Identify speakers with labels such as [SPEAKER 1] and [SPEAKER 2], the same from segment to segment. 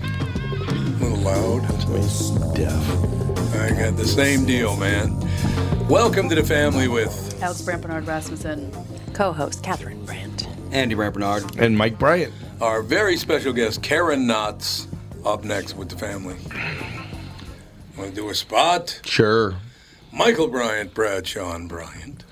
[SPEAKER 1] A little loud, a little deaf. I got the same deal, man. Welcome to the family with
[SPEAKER 2] Alex Brandt Bernard Rasmussen, co-host Catherine Brandt.
[SPEAKER 3] Andy Rappernard.
[SPEAKER 4] and Mike Bryant.
[SPEAKER 1] our very special guest, Karen Knotts, up next with the family. Want to do a spot?
[SPEAKER 4] Sure.
[SPEAKER 1] Michael Bryant, Bradshaw and Bryant.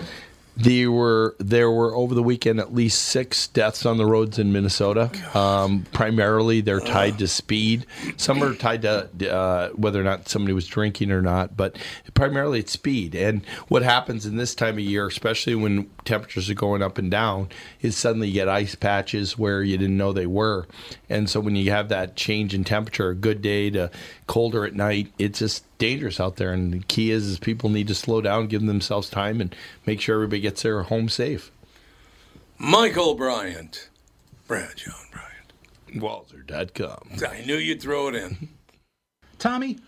[SPEAKER 4] There were there were over the weekend at least six deaths on the roads in Minnesota. Um, primarily, they're tied to speed. Some are tied to uh, whether or not somebody was drinking or not, but primarily it's speed. And what happens in this time of year, especially when temperatures are going up and down, is suddenly you get ice patches where you didn't know they were. And so when you have that change in temperature, a good day to colder at night, it's just dangerous out there. And the key is, is people need to slow down, give themselves time, and make sure everybody gets their home safe.
[SPEAKER 1] Michael Bryant, Bradshaw and Bryant.
[SPEAKER 4] Walzer.com.
[SPEAKER 1] I knew you'd throw it in.
[SPEAKER 5] Tommy,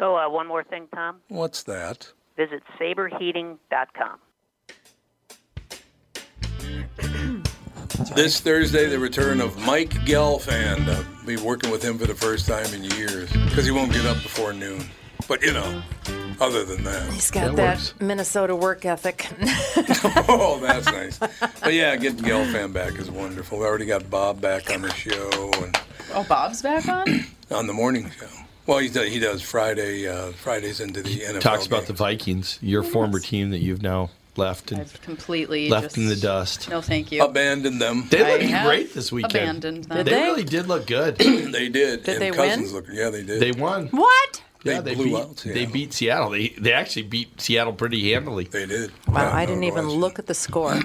[SPEAKER 6] Oh, uh, one more thing, Tom.
[SPEAKER 1] What's that?
[SPEAKER 6] Visit saberheating.com.
[SPEAKER 1] This Thursday, the return of Mike Gelfand. I'll be working with him for the first time in years because he won't get up before noon. But, you know, other than that.
[SPEAKER 2] He's got
[SPEAKER 4] That
[SPEAKER 2] that,
[SPEAKER 4] works.
[SPEAKER 2] Minnesota work ethic.
[SPEAKER 1] oh, that's nice. But yeah, getting Gelfand back is wonderful. We already got Bob back on the show and
[SPEAKER 7] Oh, Bob's back on?
[SPEAKER 1] on the morning show. Well, he does, he does Friday uh, Fridays into the NFL.
[SPEAKER 4] Talks about the
[SPEAKER 1] game.
[SPEAKER 4] Vikings, your former team that you've now left and
[SPEAKER 7] I've completely
[SPEAKER 4] left
[SPEAKER 7] just,
[SPEAKER 4] in the dust.
[SPEAKER 7] No, thank you.
[SPEAKER 1] abandoned them.
[SPEAKER 4] They looked
[SPEAKER 7] have
[SPEAKER 4] great this weekend.
[SPEAKER 7] abandoned them.
[SPEAKER 4] They,
[SPEAKER 7] Did
[SPEAKER 2] they?
[SPEAKER 4] really did look good.
[SPEAKER 1] They did.
[SPEAKER 7] Did
[SPEAKER 1] and
[SPEAKER 7] they
[SPEAKER 1] Cousins
[SPEAKER 7] win?
[SPEAKER 1] Looked, yeah, they did.
[SPEAKER 4] they won.
[SPEAKER 7] What?
[SPEAKER 4] yeah,
[SPEAKER 1] They
[SPEAKER 4] they
[SPEAKER 1] blew
[SPEAKER 4] beat,
[SPEAKER 1] out Seattle.
[SPEAKER 4] They beat Seattle. They they actually beat Seattle pretty handily.
[SPEAKER 1] They did.
[SPEAKER 2] Wow,
[SPEAKER 1] Yeah,
[SPEAKER 7] I
[SPEAKER 1] no
[SPEAKER 7] didn't even
[SPEAKER 1] question.
[SPEAKER 7] look at the score.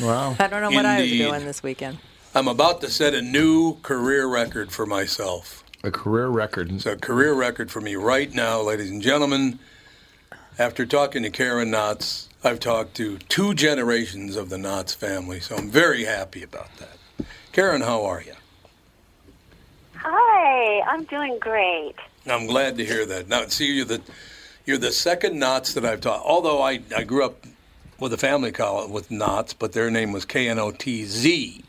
[SPEAKER 4] Wow.
[SPEAKER 7] I don't know what I
[SPEAKER 1] Oh, Indeed.
[SPEAKER 7] was doing this weekend.
[SPEAKER 1] I'm about to set a new career record for myself.
[SPEAKER 4] A career record.
[SPEAKER 1] It's a career record for me right now, ladies and gentlemen. After talking to Karen Knotts, I've talked to two generations of the Knotts family, so I'm very happy about that. Karen, how are you?
[SPEAKER 8] Hi, I'm doing great.
[SPEAKER 1] I'm glad to hear that. Now, see, you're the you're the second Knotts that I've taught. Although I, I grew up with a family call with Knotts, but their name was K N O T Z.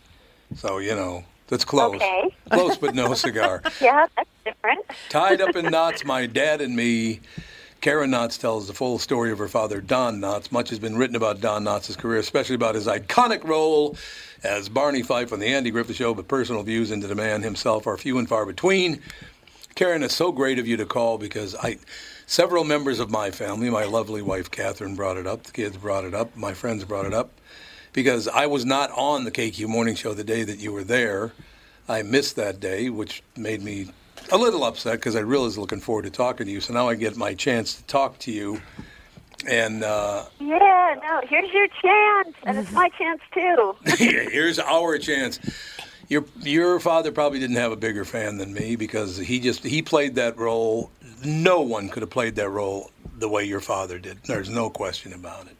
[SPEAKER 1] So you know that's close,
[SPEAKER 8] Okay.
[SPEAKER 1] close but no cigar.
[SPEAKER 8] Yeah, that's different.
[SPEAKER 1] Tied up in knots, my dad and me. Karen Knotts tells the full story of her father, Don Knotts. Much has been written about Don Knotts' career, especially about his iconic role as Barney Fife on The Andy Griffith Show, but personal views into the man himself are few and far between. Karen, it's so great of you to call because I, several members of my family, my lovely wife Catherine brought it up, the kids brought it up, my friends brought it up, because I was not on the KQ Morning Show the day that you were there. I missed that day, which made me a little upset because I really was looking forward to talking to you. So now I get my chance to talk to you, and uh,
[SPEAKER 8] Yeah, no, here's your chance, and it's my chance too.
[SPEAKER 1] here's our chance. Your your father probably didn't have a bigger fan than me because he just he played that role. No one could have played that role the way your father did. There's no question about it.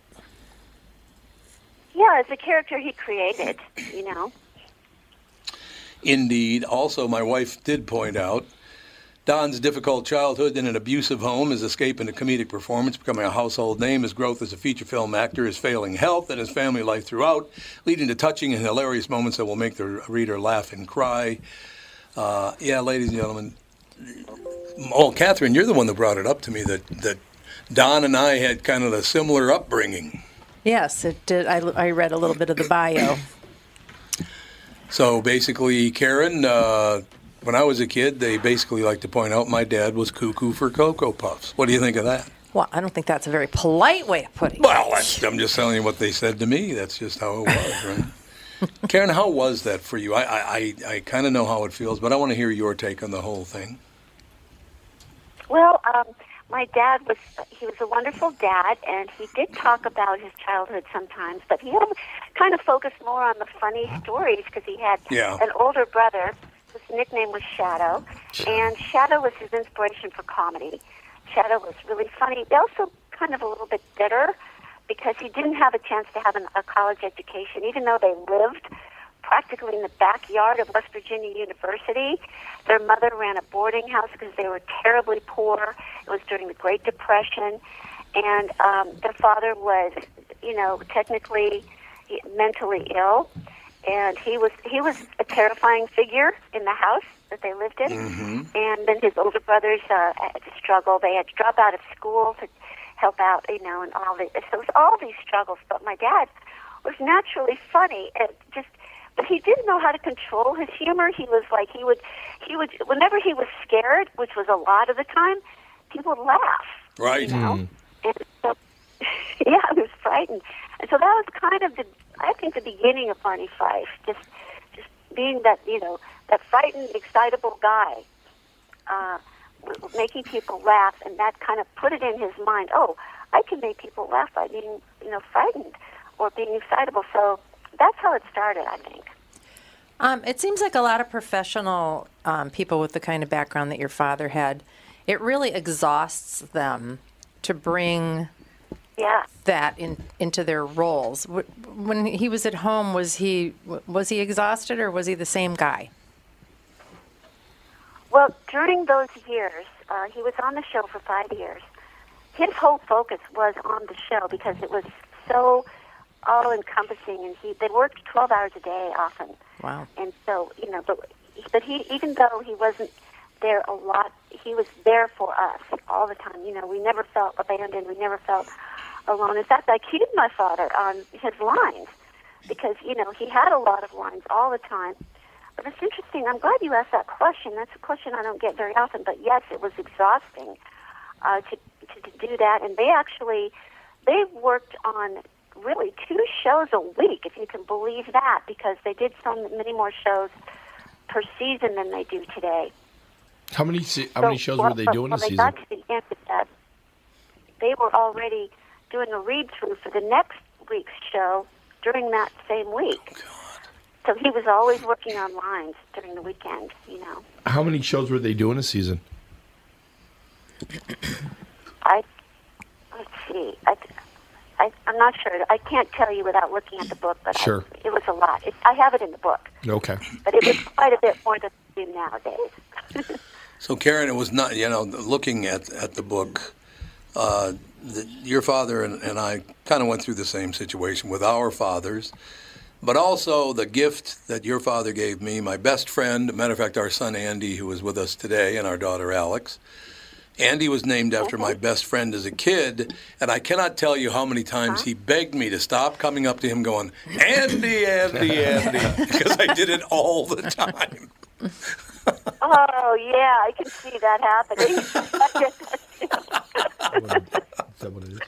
[SPEAKER 8] Yeah, it's a character he created, you know.
[SPEAKER 1] Indeed. Also, my wife did point out Don's difficult childhood in an abusive home, his escape into comedic performance, becoming a household name, his growth as a feature film actor, his failing health, and his family life throughout, leading to touching and hilarious moments that will make the reader laugh and cry. Uh, yeah, ladies and gentlemen. Oh, Catherine, you're the one that brought it up to me that, that Don and I had kind of a similar upbringing.
[SPEAKER 2] Yes, it did. I, I read a little bit of the bio.
[SPEAKER 1] So basically, Karen, uh, when I was a kid, they basically like to point out my dad was cuckoo for Cocoa Puffs. What do you think of that?
[SPEAKER 2] Well, I don't think that's a very polite way of putting it.
[SPEAKER 1] Well, that's, I'm just telling you what they said to me. That's just how it was, right? Karen, how was that for you? I, I, I, I kind of know how it feels, but I want to hear your take on the whole thing.
[SPEAKER 8] Well, um, my dad was he was a wonderful dad and he did talk about his childhood sometimes, but he had kind of focused more on the funny stories because he had
[SPEAKER 3] Yeah.
[SPEAKER 8] an older brother whose nickname was Shadow, and Shadow was his inspiration for comedy. Shadow was really funny. He also kind of a little bit bitter because he didn't have a chance to have an, a college education, even though they lived practically in the backyard of West Virginia University. Their mother ran a boarding house because they were terribly poor. It was during the Great Depression, and um, their father was, you know, technically he- mentally ill, and he was he was a terrifying figure in the house that they lived in. And then his older brothers uh, had to struggle. They had to drop out of school to help out, you know, and all the so it was all these struggles. But my dad was naturally funny and just but he didn't know how to control his humor. He was like he would he would whenever he was scared, which was a lot of the time, he would laugh.
[SPEAKER 1] Right.
[SPEAKER 8] And so yeah, I was frightened. And so that was kind of the I think the beginning of Barney Fife, just just being that, you know, that frightened, excitable guy. Uh making people laugh and that kind of put it in his mind oh i can make people laugh by being you know frightened or being excitable so that's how it started i think
[SPEAKER 2] Um, it seems like a lot of professional um, people with the kind of background that your father had, it really exhausts them to bring
[SPEAKER 8] yeah.
[SPEAKER 2] that in, into their roles. W- When he was at home, was he w- was he exhausted or was he the same guy?
[SPEAKER 8] Well, during those years, uh, he was on the show for five years. His whole focus was on the show because it was so all encompassing, and he they worked twelve hours a day often,
[SPEAKER 2] Wow.
[SPEAKER 8] and so you know, but but he even though he wasn't there a lot, he was there for us all the time. You know, we never felt abandoned. We never felt alone. In fact, I cued my father on his lines because you know he had a lot of lines all the time. But it's interesting. I'm glad you asked that question. That's a question I don't get very often. But yes, it was exhausting uh, to, to to do that. And they actually they worked on really two shows a week, if you can believe that, because they did so many more shows per season than they do today.
[SPEAKER 4] How many se- how many
[SPEAKER 8] So,
[SPEAKER 4] shows
[SPEAKER 8] well,
[SPEAKER 4] were they
[SPEAKER 8] but
[SPEAKER 4] doing
[SPEAKER 8] when
[SPEAKER 4] a
[SPEAKER 8] they
[SPEAKER 4] season?
[SPEAKER 8] Got to the end of that, they were already doing a read through for the next week's show during that same week.
[SPEAKER 4] Oh,
[SPEAKER 8] So he was always working on lines during the weekend, you know.
[SPEAKER 4] How many shows were they doing a season?
[SPEAKER 8] I let's see. I, I I'm not sure. I can't tell you without looking at the book, but I-
[SPEAKER 4] Sure.
[SPEAKER 8] it was a lot. It, I have it in the book,
[SPEAKER 4] Okay.
[SPEAKER 8] but it was quite a bit more than we do nowadays.
[SPEAKER 1] So, Karen, it was not, you know, looking at, at the book, uh, the, your father and, and I kind of went through the same situation with our fathers. but also the gift that your father gave me, my best friend, matter of fact, our son Andy, who is with us today, and our daughter Alex. Andy was named after my best friend as a kid, and I cannot tell you how many times he begged me to stop coming up to him going, Andy, Andy, Andy, because I did it all the time.
[SPEAKER 8] Oh yeah, I can see that happening.
[SPEAKER 5] Is that what it is?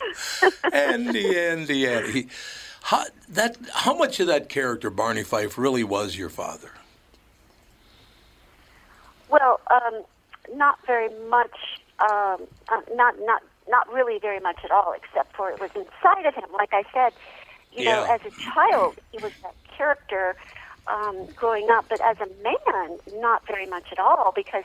[SPEAKER 1] Andy, Andy, Andy. He- How, that, how much of that character, Barney Fife, really was your father?
[SPEAKER 8] well, um, not very much. Um, uh, not not not really very much at all, except for it was inside of him. Like I said, you know,
[SPEAKER 1] Yeah.
[SPEAKER 8] as a child, he was that character um, growing up, but as a man, not very much at all because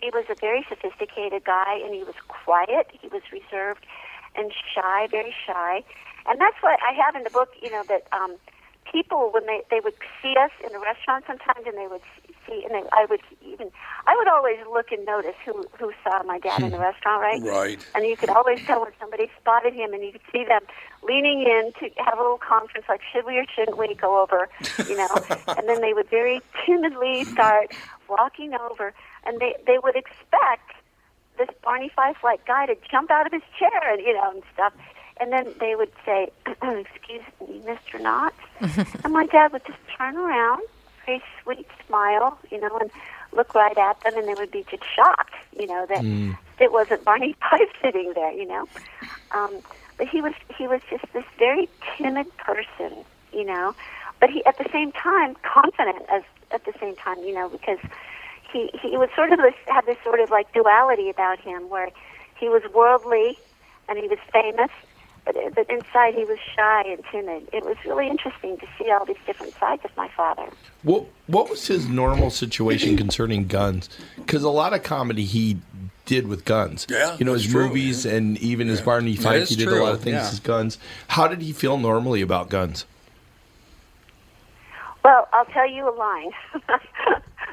[SPEAKER 8] he was a very sophisticated guy and he was quiet, he was reserved and shy, very shy. And that's what I have in the book, you know, that um, people, when they, they would see us in a restaurant sometimes and they would see, and they, I would even, I would always look and notice who, who saw my dad in the restaurant, right?
[SPEAKER 1] Right.
[SPEAKER 8] And you could always tell when somebody spotted him, and you could see them leaning in to have a little conference, like should we or shouldn't we go over, you know? and then they would very timidly start walking over, and they they would expect this Barney Fife-like guy to jump out of his chair, and you know, and stuff. And then they would say, "Excuse me, Mr. Knott," and my dad would just turn around, very sweet smile, you know, and look right at them, and they would be just shocked, you know, that it wasn't Barney Fife sitting there, you know. Um, but he was he was just this very timid person, you know, but he at the same time confident as at the same time, you know, because he he was sort of this, had this sort of like duality about him where he was worldly and he was famous. But, but inside he was shy and timid. It was really interesting to see all these different sides of my father.
[SPEAKER 4] What What was his normal situation concerning guns? Because a lot of comedy he did with guns.
[SPEAKER 1] Yeah,
[SPEAKER 4] you know his
[SPEAKER 1] that's true,
[SPEAKER 4] movies and even his Barney
[SPEAKER 1] That
[SPEAKER 4] Fife.
[SPEAKER 1] is
[SPEAKER 4] He did
[SPEAKER 1] true,
[SPEAKER 4] a lot of things
[SPEAKER 5] yeah.
[SPEAKER 4] with guns. How did he feel normally about guns?
[SPEAKER 8] Well, I'll tell you a line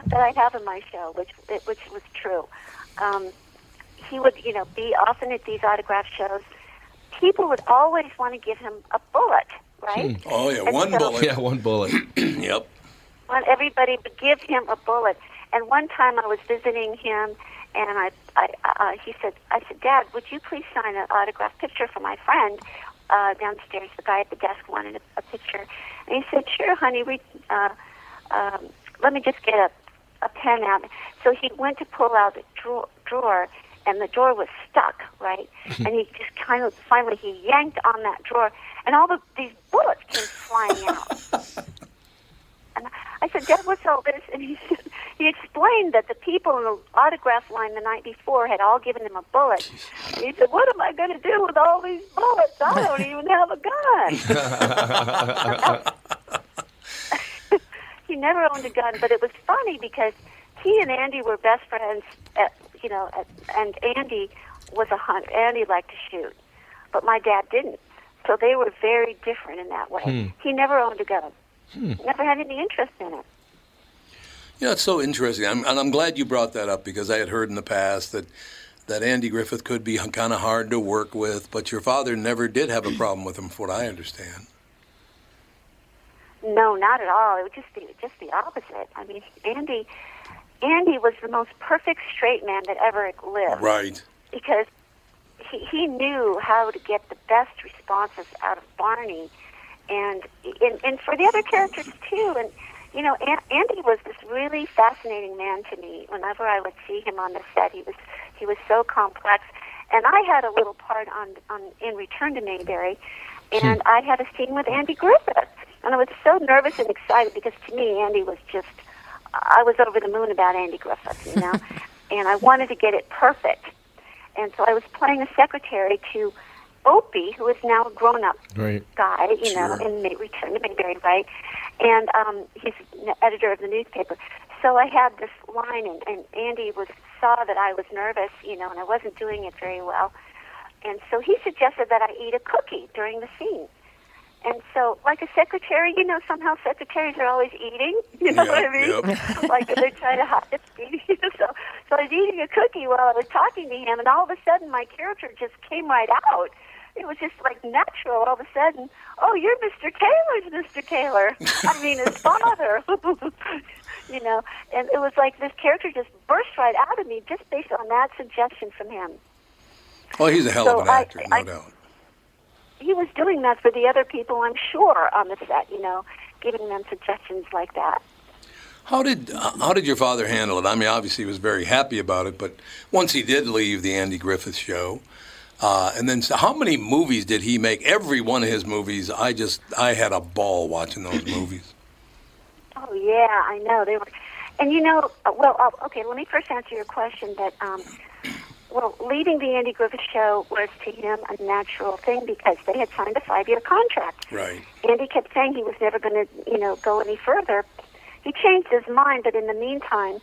[SPEAKER 8] that I have in my show, which which was true. Um, he would, you know, be often at these autograph shows. People would always want to give him a bullet, right?
[SPEAKER 1] Oh, yeah,
[SPEAKER 8] And
[SPEAKER 1] one
[SPEAKER 8] so-
[SPEAKER 1] bullet.
[SPEAKER 4] Yeah, one bullet.
[SPEAKER 1] Yep.
[SPEAKER 8] want everybody to give him a bullet. And one time I was visiting him, and I, I uh, he said, I said, Dad, would you please sign an autograph picture for my friend uh, downstairs? The guy at the desk wanted a, a picture, and he said, Sure, honey. We, uh, um, let me just get a, a pen out. So he went to pull out a drawer. drawer and the drawer was stuck, right? and he just kind of finally he yanked on that drawer, and all the, these bullets came flying out. And I said, Dad, what's all this? And he said, he explained that the people in the autograph line the night before had all given him a bullet. And he said, What am I going to do with all these bullets? I don't even have a gun. he never owned a gun, but it was funny because he and Andy were best friends. At, you know, at, and Andy was a hunter. Andy liked to shoot, but my dad didn't. So they were very different in that way. He never owned a gun never had any interest in it.
[SPEAKER 1] Yeah, it's so interesting. I'm, and I'm glad you brought that up because I had heard in the past that that Andy Griffith could be kind of hard to work with, but your father never did have a problem with him, from what I understand.
[SPEAKER 8] No, not at all. It would just be just the opposite. I mean, Andy, Andy was the most perfect straight man that ever lived
[SPEAKER 1] Right.
[SPEAKER 8] because he he knew how to get the best responses out of Barney, and and, and for the other characters too. And you know, An- Andy was this really fascinating man to me. Whenever I would see him on the set, he was he was so complex. And I had a little part on on in Return to Mayberry, and I had a scene with Andy Griffith, and I was so nervous and excited because to me Andy was just I was over the moon about Andy Griffith, you know, and I wanted to get it perfect. And so I was playing a secretary to Opie, who is now a grown up
[SPEAKER 4] Right.
[SPEAKER 8] guy, you know, and may return to Mayberry, right? And um, he's an editor of the newspaper. So I had this line, and, and Andy was saw that I was nervous, you know, and I wasn't doing it very well. And so he suggested that I eat a cookie during the scene. And so, like a secretary, you know, somehow secretaries are always eating. You know
[SPEAKER 1] Yep,
[SPEAKER 8] what I mean? like they try to hide it. you know, so, so I was eating a cookie while I was talking to him, and all of a sudden my character just came right out. It was just like natural all of a sudden. Oh, you're Mr. Taylor's Mr. Taylor. I mean, his father. you know, and it was like this character just burst right out of me just based on that suggestion from him.
[SPEAKER 1] Well, he's a hell
[SPEAKER 8] So
[SPEAKER 1] of an
[SPEAKER 8] I-
[SPEAKER 1] actor, no
[SPEAKER 8] I-
[SPEAKER 1] doubt.
[SPEAKER 8] He was doing that for the other people, I'm sure, on the set. You know, giving them suggestions like that.
[SPEAKER 1] How did uh, how did your father handle it? I mean, obviously he was very happy about it, but once he did leave the Andy Griffith show, uh, and then so how many movies did he make? Every one of his movies, I just I had a ball watching those movies.
[SPEAKER 8] Oh yeah, I know they were. And you know, uh, well, uh, okay. Let me first answer your question. That um, well, leaving the Andy Griffith Show was to him a natural thing because they had signed a five-year contract.
[SPEAKER 1] Right.
[SPEAKER 8] Andy kept saying he was never going to, you know, go any further. He changed his mind, but in the meantime,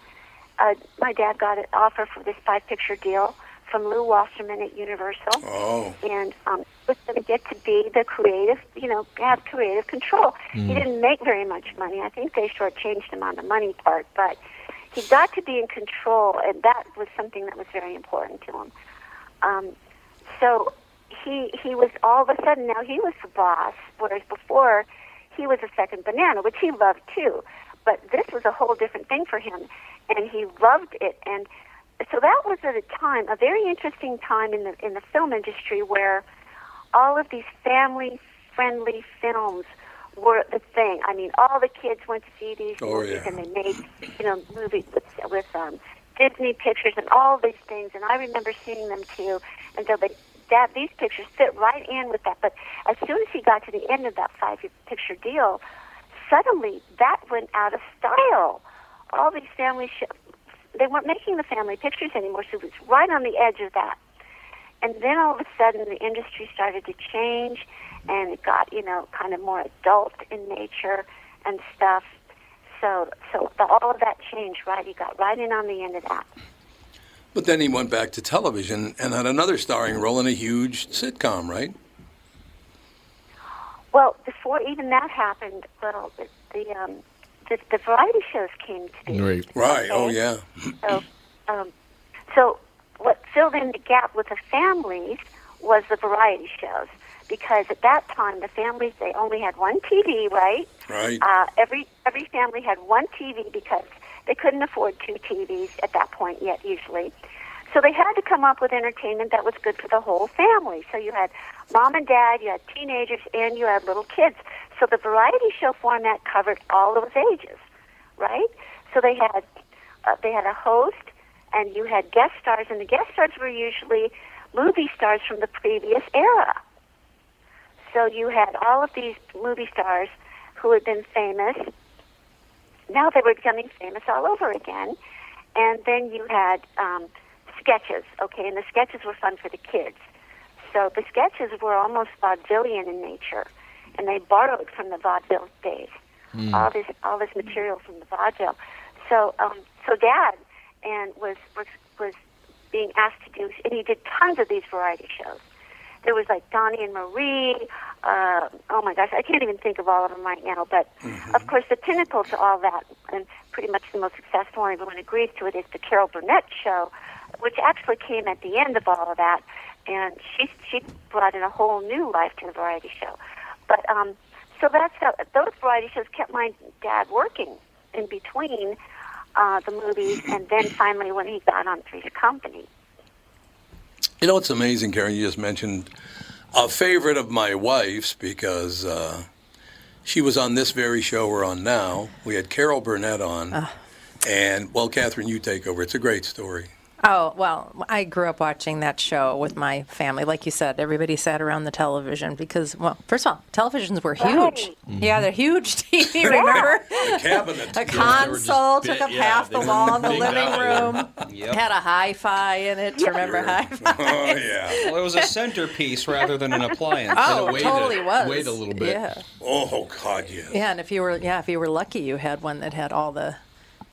[SPEAKER 8] uh, my dad got an offer for this five-picture deal from Lou Wasserman at Universal,
[SPEAKER 1] Oh,
[SPEAKER 8] and um, was going to get to be the creative, you know, have creative control. He didn't make very much money. I think they shortchanged him on the money part, but he got to be in control, and that was something that was very important to him. Um, so he he was all of a sudden now he was the boss, whereas before he was a second banana, which he loved too. But this was a whole different thing for him, and he loved it. And so that was at a time, a very interesting time in the in the film industry where all of these family friendly films were the thing. I mean, all the kids went to see these
[SPEAKER 1] Oh,
[SPEAKER 8] movies,
[SPEAKER 1] yeah.
[SPEAKER 8] and they made you know movies with with um, Disney pictures and all these things. And I remember seeing them too. And so they, that these pictures fit right in with that. But as soon as he got to the end of that five year picture deal, suddenly that went out of style. All these family sh- they weren't making the family pictures anymore, so it was right on the edge of that. And then all of a sudden, the industry started to change, and it got you know kind of more adult in nature and stuff. So, so the, all of that changed, right? He got right in on the end of that.
[SPEAKER 1] but then he went back to television and had another starring role in a huge sitcom, right?
[SPEAKER 8] Well, before even that happened, well, the the, um, the, the variety shows came to be.
[SPEAKER 4] Right.
[SPEAKER 1] Right. Oh yeah.
[SPEAKER 8] So, um, so what filled in the gap with the families was the variety shows because at that time the families they only had one TV, right?
[SPEAKER 1] Right.
[SPEAKER 8] Uh, every every family had one TV because they couldn't afford two TVs at that point yet usually. So they had to come up with entertainment that was good for the whole family. So you had mom and dad, you had teenagers, and you had little kids. So the variety show format covered all those ages, right? So they had uh, they had a host, and you had guest stars, and the guest stars were usually movie stars from the previous era. So you had all of these movie stars who had been famous. Now they were becoming famous all over again. And then you had um, sketches, okay, and the sketches were fun for the kids. So the sketches were almost vaudevillian in nature, and they borrowed from the vaudeville days,
[SPEAKER 6] Mm.
[SPEAKER 2] Hmm.
[SPEAKER 8] all this all this material from the vaudeville. So um, so Dad and was was was being asked to do, and he did tons of these variety shows there was like Donnie and Marie. Uh, oh my gosh, I can't even think of all of them right now. But of course, the pinnacle to all that, and pretty much the most successful, and everyone agrees to it, is the Carol Burnett show, which actually came at the end of all of that, and she she brought in a whole new life to the variety show. But um, so that's how those variety shows kept my dad working in between uh, the movies, and then finally when he got on Three's Company.
[SPEAKER 1] You know, it's amazing, Karen. You just mentioned a favorite of my wife's because uh, she was on this very show we're on now. We had Carol Burnett on. And, well, Catherine, you take over. It's a great story.
[SPEAKER 2] Oh, well, I grew up watching that show with my family. Like you said, everybody sat around the television because, well, first of all, televisions were huge.
[SPEAKER 8] Right.
[SPEAKER 2] Yeah, they're huge TV, remember?
[SPEAKER 1] The cabinet.
[SPEAKER 2] A
[SPEAKER 1] They were just-
[SPEAKER 2] console
[SPEAKER 4] big-
[SPEAKER 2] took up
[SPEAKER 4] yeah,
[SPEAKER 2] half
[SPEAKER 4] they
[SPEAKER 2] the
[SPEAKER 4] were
[SPEAKER 2] wall of the
[SPEAKER 4] big
[SPEAKER 2] living room.
[SPEAKER 4] out. Yep.
[SPEAKER 2] Had a hi-fi in it. Remember hi-fi?
[SPEAKER 1] Oh, yeah.
[SPEAKER 3] Well, it was a centerpiece rather than an appliance.
[SPEAKER 2] Oh,
[SPEAKER 4] wait a-
[SPEAKER 2] totally was.
[SPEAKER 4] wait a little bit.
[SPEAKER 2] Yeah,
[SPEAKER 1] Oh, God, yes.
[SPEAKER 2] yeah. And if you were, yeah, if you were lucky, you had one that had all the,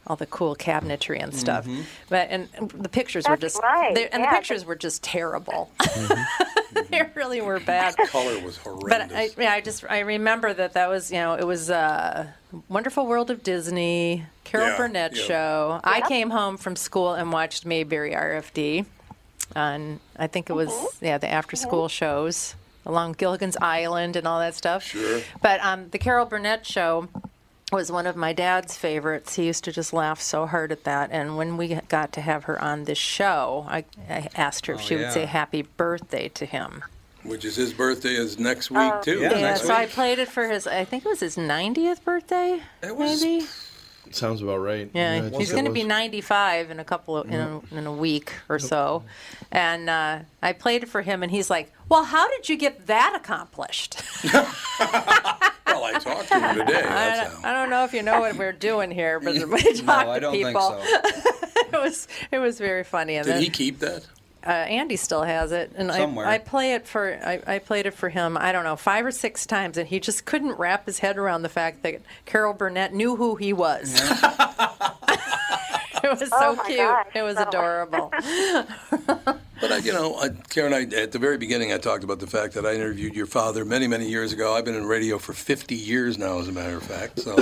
[SPEAKER 2] all the cool cabinetry and stuff. But and the pictures were
[SPEAKER 8] That's
[SPEAKER 2] just,
[SPEAKER 8] right,
[SPEAKER 2] they- and
[SPEAKER 8] yeah,
[SPEAKER 2] the
[SPEAKER 8] but-
[SPEAKER 2] pictures were just terrible. they really were bad.
[SPEAKER 1] color was horrendous.
[SPEAKER 2] But I, yeah, I just I remember that that was you know it was uh, Wonderful World of Disney, Carol
[SPEAKER 1] Yeah,
[SPEAKER 2] Burnett
[SPEAKER 1] yeah.
[SPEAKER 2] show. I came home from school and watched Mayberry RFD, on I think it was yeah the after school shows. along Gilligan's Island and all that stuff.
[SPEAKER 9] Sure.
[SPEAKER 2] But um, the Carol Burnett show was one of my dad's favorites. He used to just laugh so hard at that. And when we got to have her on this show, I, I asked her if
[SPEAKER 1] Oh,
[SPEAKER 2] she
[SPEAKER 1] yeah.
[SPEAKER 2] would say happy birthday to him.
[SPEAKER 1] Which is his birthday is next week
[SPEAKER 2] Oh,
[SPEAKER 1] too.
[SPEAKER 2] Yeah,
[SPEAKER 1] next
[SPEAKER 2] so
[SPEAKER 1] week.
[SPEAKER 2] I played it for his, I think it was his 90th birthday, maybe?
[SPEAKER 4] Sounds about right.
[SPEAKER 2] Yeah,
[SPEAKER 4] I think
[SPEAKER 2] he's
[SPEAKER 4] it
[SPEAKER 2] going to
[SPEAKER 4] was.
[SPEAKER 2] be 95 in a couple of, in, a,
[SPEAKER 1] Mm-hmm.
[SPEAKER 2] in a week or so. And uh, I played it for him, and he's like, Well, how did you get that accomplished?
[SPEAKER 1] well, I talked to him today.
[SPEAKER 2] I,
[SPEAKER 1] That's
[SPEAKER 2] don't, I don't know if you know what we're doing here, but when we
[SPEAKER 1] No,
[SPEAKER 2] talk
[SPEAKER 1] I
[SPEAKER 2] to
[SPEAKER 1] don't think
[SPEAKER 2] people, it was it was very funny. And
[SPEAKER 1] Did
[SPEAKER 2] then,
[SPEAKER 1] he keep that?
[SPEAKER 2] uh, Andy still has it, and
[SPEAKER 1] Somewhere.
[SPEAKER 2] I, I play it for I, I played it for him. I don't know five or six times, and he just couldn't wrap his head around the fact that Carol Burnett knew who he was. it was so cute. It was adorable.
[SPEAKER 1] But I, you know, I, Karen, I, at the very beginning, I talked about the fact that I interviewed your father many, many years ago. I've been in radio for 50 years now, as a matter of fact. So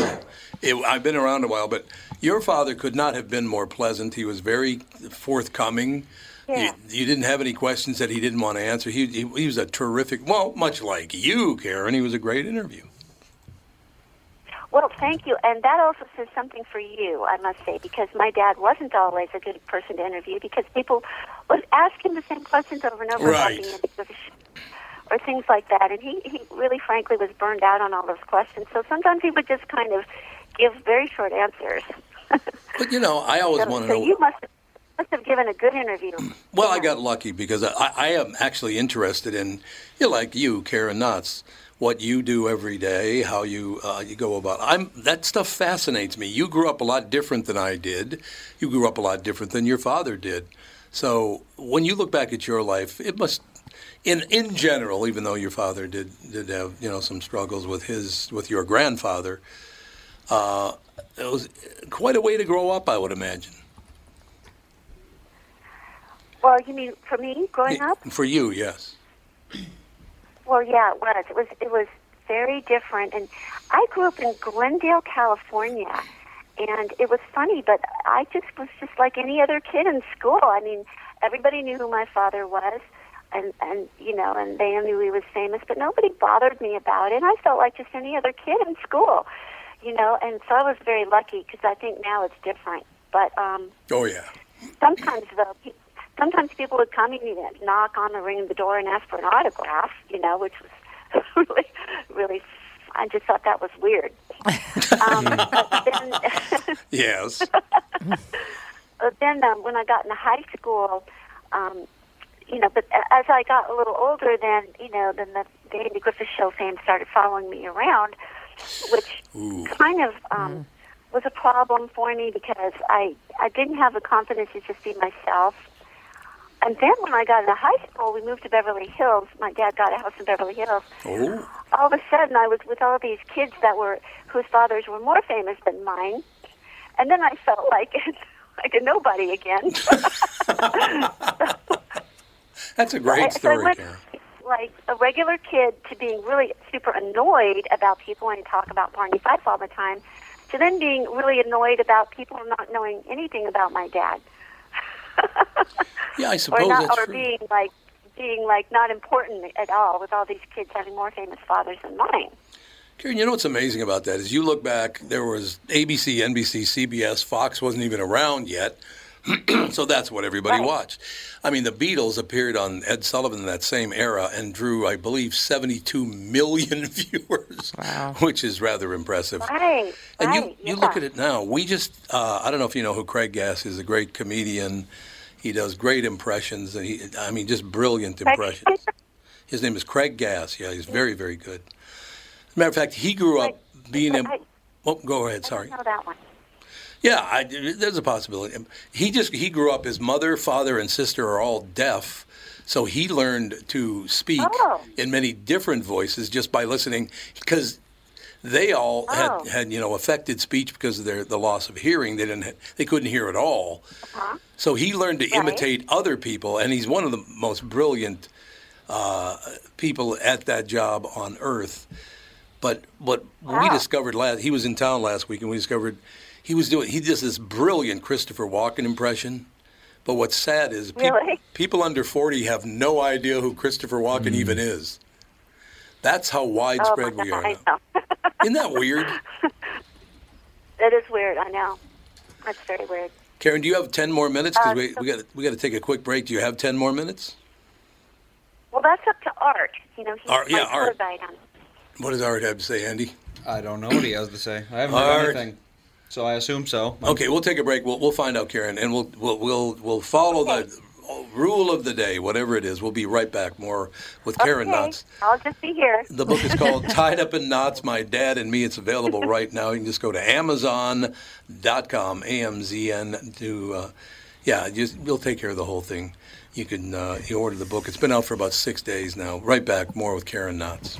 [SPEAKER 1] it, I've been around a while. But your father could not have been more pleasant. He was very forthcoming.
[SPEAKER 8] Yeah.
[SPEAKER 1] You, you didn't have any questions that he didn't want to answer. He, he, he was a terrific, well, much like you, Karen. He was a great interview.
[SPEAKER 8] Well, thank you. And that also says something for you, I must say, because my dad wasn't always a good person to interview because people would ask him the same questions over and over
[SPEAKER 10] Right.
[SPEAKER 8] about the end of the show or things like that. And he, he really, frankly, was burned out on all those questions. So sometimes he would just kind of give very short answers.
[SPEAKER 1] But, you know, I always
[SPEAKER 8] so,
[SPEAKER 1] want to
[SPEAKER 8] so
[SPEAKER 1] know.
[SPEAKER 8] you must have, must have given a good interview.
[SPEAKER 1] Well, I got lucky because I, I am actually interested in, you know, like you, Karen Knotts, what you do every day, how you uh, you go about. I'm that stuff fascinates me. You grew up a lot different than I did. You grew up a lot different than your father did. So when you look back at your life, it must, in in general, even though your father did did have you know some struggles with his with your grandfather, uh, it was quite a way to grow up, I would imagine.
[SPEAKER 8] Well, you mean for me growing up?
[SPEAKER 1] For you, yes.
[SPEAKER 8] Well, yeah, it was. It was. It was very different. And I grew up in Glendale, California, and it was funny, but I just was just like any other kid in school. I mean, everybody knew who my father was. And and you know, and they knew he was famous, but nobody bothered me about it. I felt like just any other kid in school, you know. And so I was very lucky because I think now it's different. But um,
[SPEAKER 1] Oh yeah.
[SPEAKER 8] sometimes though pe- sometimes people would come and you'd knock on the ring of the door and ask for an autograph you know which was really really i just thought that was weird um, but then,
[SPEAKER 1] Yes.
[SPEAKER 8] but then um, when i got into high school um, you know but a- as i got a little older then you know then the, the andy griffith show fame started following me around which kind of um, was a problem for me because I I didn't have the confidence to just be myself. And then when I got into high school, we moved to Beverly Hills. My dad got a house in Beverly Hills.
[SPEAKER 1] Oh.
[SPEAKER 8] All of a sudden, I was with all these kids that were whose fathers were more famous than mine, and then I felt like like a nobody again.
[SPEAKER 1] That's a great
[SPEAKER 8] I- so I
[SPEAKER 1] story,
[SPEAKER 8] went-
[SPEAKER 1] Karen.
[SPEAKER 8] like a regular kid to being really super annoyed about people and talk about Barney Fife all the time, to then being really annoyed about people not knowing anything about my dad,
[SPEAKER 1] Yeah, I
[SPEAKER 8] or
[SPEAKER 1] suppose
[SPEAKER 8] not,
[SPEAKER 1] that's
[SPEAKER 8] or
[SPEAKER 1] true.
[SPEAKER 8] being like being like not important at all with all these kids having more famous fathers than mine.
[SPEAKER 1] Karen, you know what's amazing about that is you look back, there was ABC, NBC, CBS, Fox wasn't even around yet. so that's what everybody watched. I mean, the Beatles appeared on Ed Sullivan in that same era and drew, I believe, 72 million viewers, which is rather impressive.
[SPEAKER 8] Right.
[SPEAKER 1] And you,
[SPEAKER 8] right,
[SPEAKER 1] you
[SPEAKER 8] yeah.
[SPEAKER 1] look at it now. We just, uh, I don't know if you know who Craig Gass is, a great comedian. He does great impressions. And he, I mean, just brilliant
[SPEAKER 8] Craig-
[SPEAKER 1] impressions. His name is Craig Gass. Yeah, he's very, very good. As a matter of fact, he grew up being a.
[SPEAKER 8] I-
[SPEAKER 1] Oh, go ahead. Sorry.
[SPEAKER 8] I know that one.
[SPEAKER 1] Yeah, I, there's a possibility. He just he grew up. His mother, father, and sister are all deaf, so he learned to speak
[SPEAKER 8] Oh.
[SPEAKER 1] in many different voices just by listening. Because they all
[SPEAKER 8] Oh.
[SPEAKER 1] had, had you know affected speech because of their the loss of hearing. They didn't they couldn't hear at all. So he learned to imitate other people, and he's one of the most brilliant uh, people at that job on earth. But what we discovered last, he was in town last week, and we discovered he was doing he does this brilliant Christopher Walken impression. But what's sad is peop-
[SPEAKER 8] Really?
[SPEAKER 1] people under forty have no idea who Christopher Walken even is. That's how widespread
[SPEAKER 8] oh my
[SPEAKER 1] we
[SPEAKER 8] God,
[SPEAKER 1] are.
[SPEAKER 8] I
[SPEAKER 1] now.
[SPEAKER 8] know.
[SPEAKER 1] Isn't that weird?
[SPEAKER 8] That is weird. I know. That's very weird.
[SPEAKER 1] Karen, do you have 10 more minutes? Because
[SPEAKER 8] Uh,
[SPEAKER 1] we, we got we got to take a quick break. Do you have 10 more minutes?
[SPEAKER 8] Well, that's up to Art. You know, he's
[SPEAKER 1] Art, yeah,
[SPEAKER 8] my
[SPEAKER 1] Art.
[SPEAKER 8] sorbite on
[SPEAKER 1] What does Art have to say, Andy?
[SPEAKER 3] I don't know what he has to say. I haven't
[SPEAKER 1] All right.
[SPEAKER 3] heard anything, so I assume so.
[SPEAKER 1] Okay, we'll take a break. We'll, we'll find out, Karen, and we'll we'll we'll, we'll follow the rule of the day, whatever it is. We'll be right back. More with Karen
[SPEAKER 8] okay,
[SPEAKER 1] Knotts.
[SPEAKER 8] I'll just be here.
[SPEAKER 1] The book is called Tied Up in Knots My Dad and Me. It's available right now. You can just go to Amazon.com, AMZN, to, uh, yeah, just, we'll take care of the whole thing. You can uh, you order the book. It's been out for about six days now. Right back, more with Karen Knotts.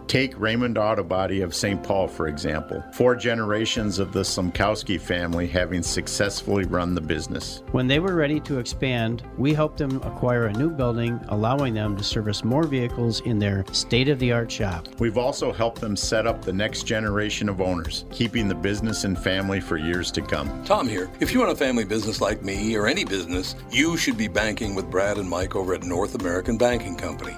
[SPEAKER 10] Take Raymond Auto Body of St. Paul, for example. Four generations of the Sumkowski family having successfully run the business.
[SPEAKER 9] When they were ready to expand, we helped them acquire a new building, allowing them to service more vehicles in their state of the art shop.
[SPEAKER 10] We've also helped them set up the next generation of owners, keeping the business and family for years to come.
[SPEAKER 1] Tom here. If you run a family business like me or any business, you should be banking with Brad and Mike over at North American Banking Company.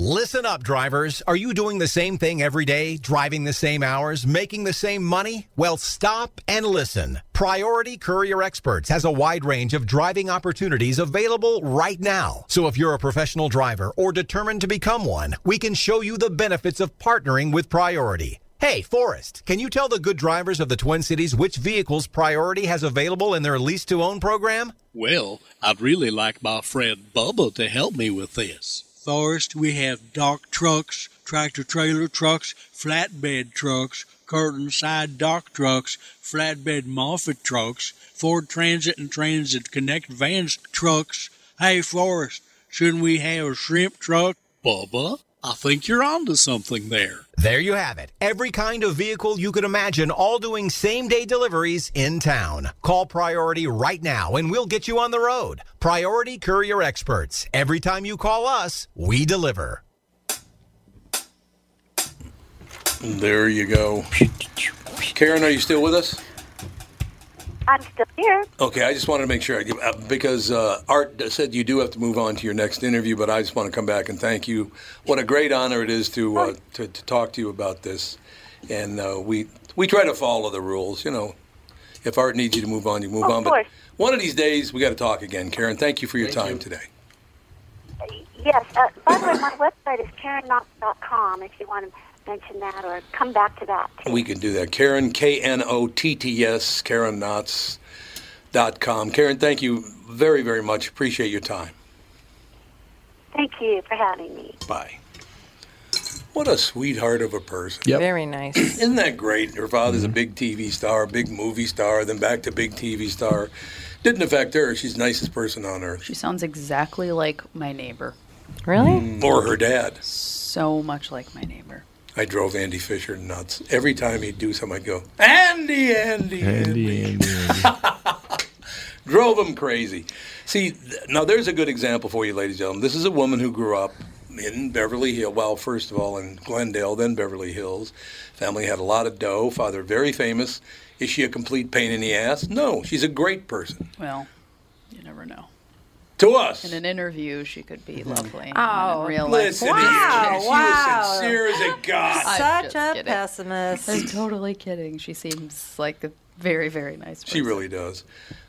[SPEAKER 11] Listen up, drivers. Are you doing the same thing every day, driving the same hours, making the same money? Well, stop and listen. Priority Courier Experts has a wide range of driving opportunities available right now. So if you're a professional driver or determined to become one, we can show you the benefits of partnering with Priority. Hey, Forrest, can you tell the good drivers of the Twin Cities which vehicles Priority has available in their lease to own program?
[SPEAKER 12] Well, I'd really like my friend Bubba to help me with this. Forrest, we have dock trucks, tractor trailer trucks, flatbed trucks, curtain side dock trucks, flatbed Moffat trucks, Ford Transit and Transit Connect vans trucks. Hey, Forrest, shouldn't we have a shrimp truck? Bubba, I think you're onto something there.
[SPEAKER 11] There you have it. Every kind of vehicle you could imagine, all doing same day deliveries in town. Call Priority right now and we'll get you on the road. Priority Courier Experts. Every time you call us, we deliver.
[SPEAKER 1] There you go. Karen, are you still with us?
[SPEAKER 8] I'm still here.
[SPEAKER 1] Okay, I just wanted to make sure uh, because uh, Art said you do have to move on to your next interview, but I just want to come back and thank you. What a great honor it is to uh, to, to talk to you about this, and uh, we we try to follow the rules. You know, if Art needs you to move on, you move
[SPEAKER 8] Of
[SPEAKER 1] on.
[SPEAKER 8] course.
[SPEAKER 1] But one of these days we got to talk again, Karen. Thank you for your time today.
[SPEAKER 8] Yes. Uh, by the way, my website is KarenKnox.com if you want to mention that or come back to that.
[SPEAKER 1] We could do that. Karen, K N O T T S, Karen Knotts dot com. Karen, thank you very very much. Appreciate your time.
[SPEAKER 8] Thank you for having me.
[SPEAKER 1] Bye. What a sweetheart of a person.
[SPEAKER 2] Very nice.
[SPEAKER 1] Isn't that great? Her father's
[SPEAKER 7] Mm-hmm.
[SPEAKER 1] a big TV star, big movie star, then back to big TV star. Didn't affect her. She's the nicest person on earth.
[SPEAKER 7] She sounds exactly like my neighbor.
[SPEAKER 4] Mm.
[SPEAKER 1] Mm. Or her dad.
[SPEAKER 7] So much like my neighbor.
[SPEAKER 1] I drove Andy Fisher nuts. Every time he'd do something, I'd go, Andy, Andy, Andy, Andy. drove him crazy. See, th- now there's a good example for you, ladies and gentlemen. This is a woman who grew up in Beverly Hills. Well, first of all, in Glendale, then Beverly Hills. Family had a lot of dough. Father, very famous. Is she a complete pain in the ass? No, she's a great person.
[SPEAKER 7] Well, you never know.
[SPEAKER 1] To us.
[SPEAKER 7] In an interview, she could
[SPEAKER 4] Mm-hmm.
[SPEAKER 7] be lovely.
[SPEAKER 2] Oh,
[SPEAKER 7] in real life,
[SPEAKER 2] listen
[SPEAKER 7] wow,
[SPEAKER 2] to you.
[SPEAKER 1] She was
[SPEAKER 7] wow.
[SPEAKER 1] sincere as a god.
[SPEAKER 7] I'm
[SPEAKER 2] Such
[SPEAKER 7] just
[SPEAKER 2] a
[SPEAKER 7] kidding.
[SPEAKER 2] pessimist.
[SPEAKER 7] I'm totally kidding. She seems like a very, very nice person.
[SPEAKER 1] She really does.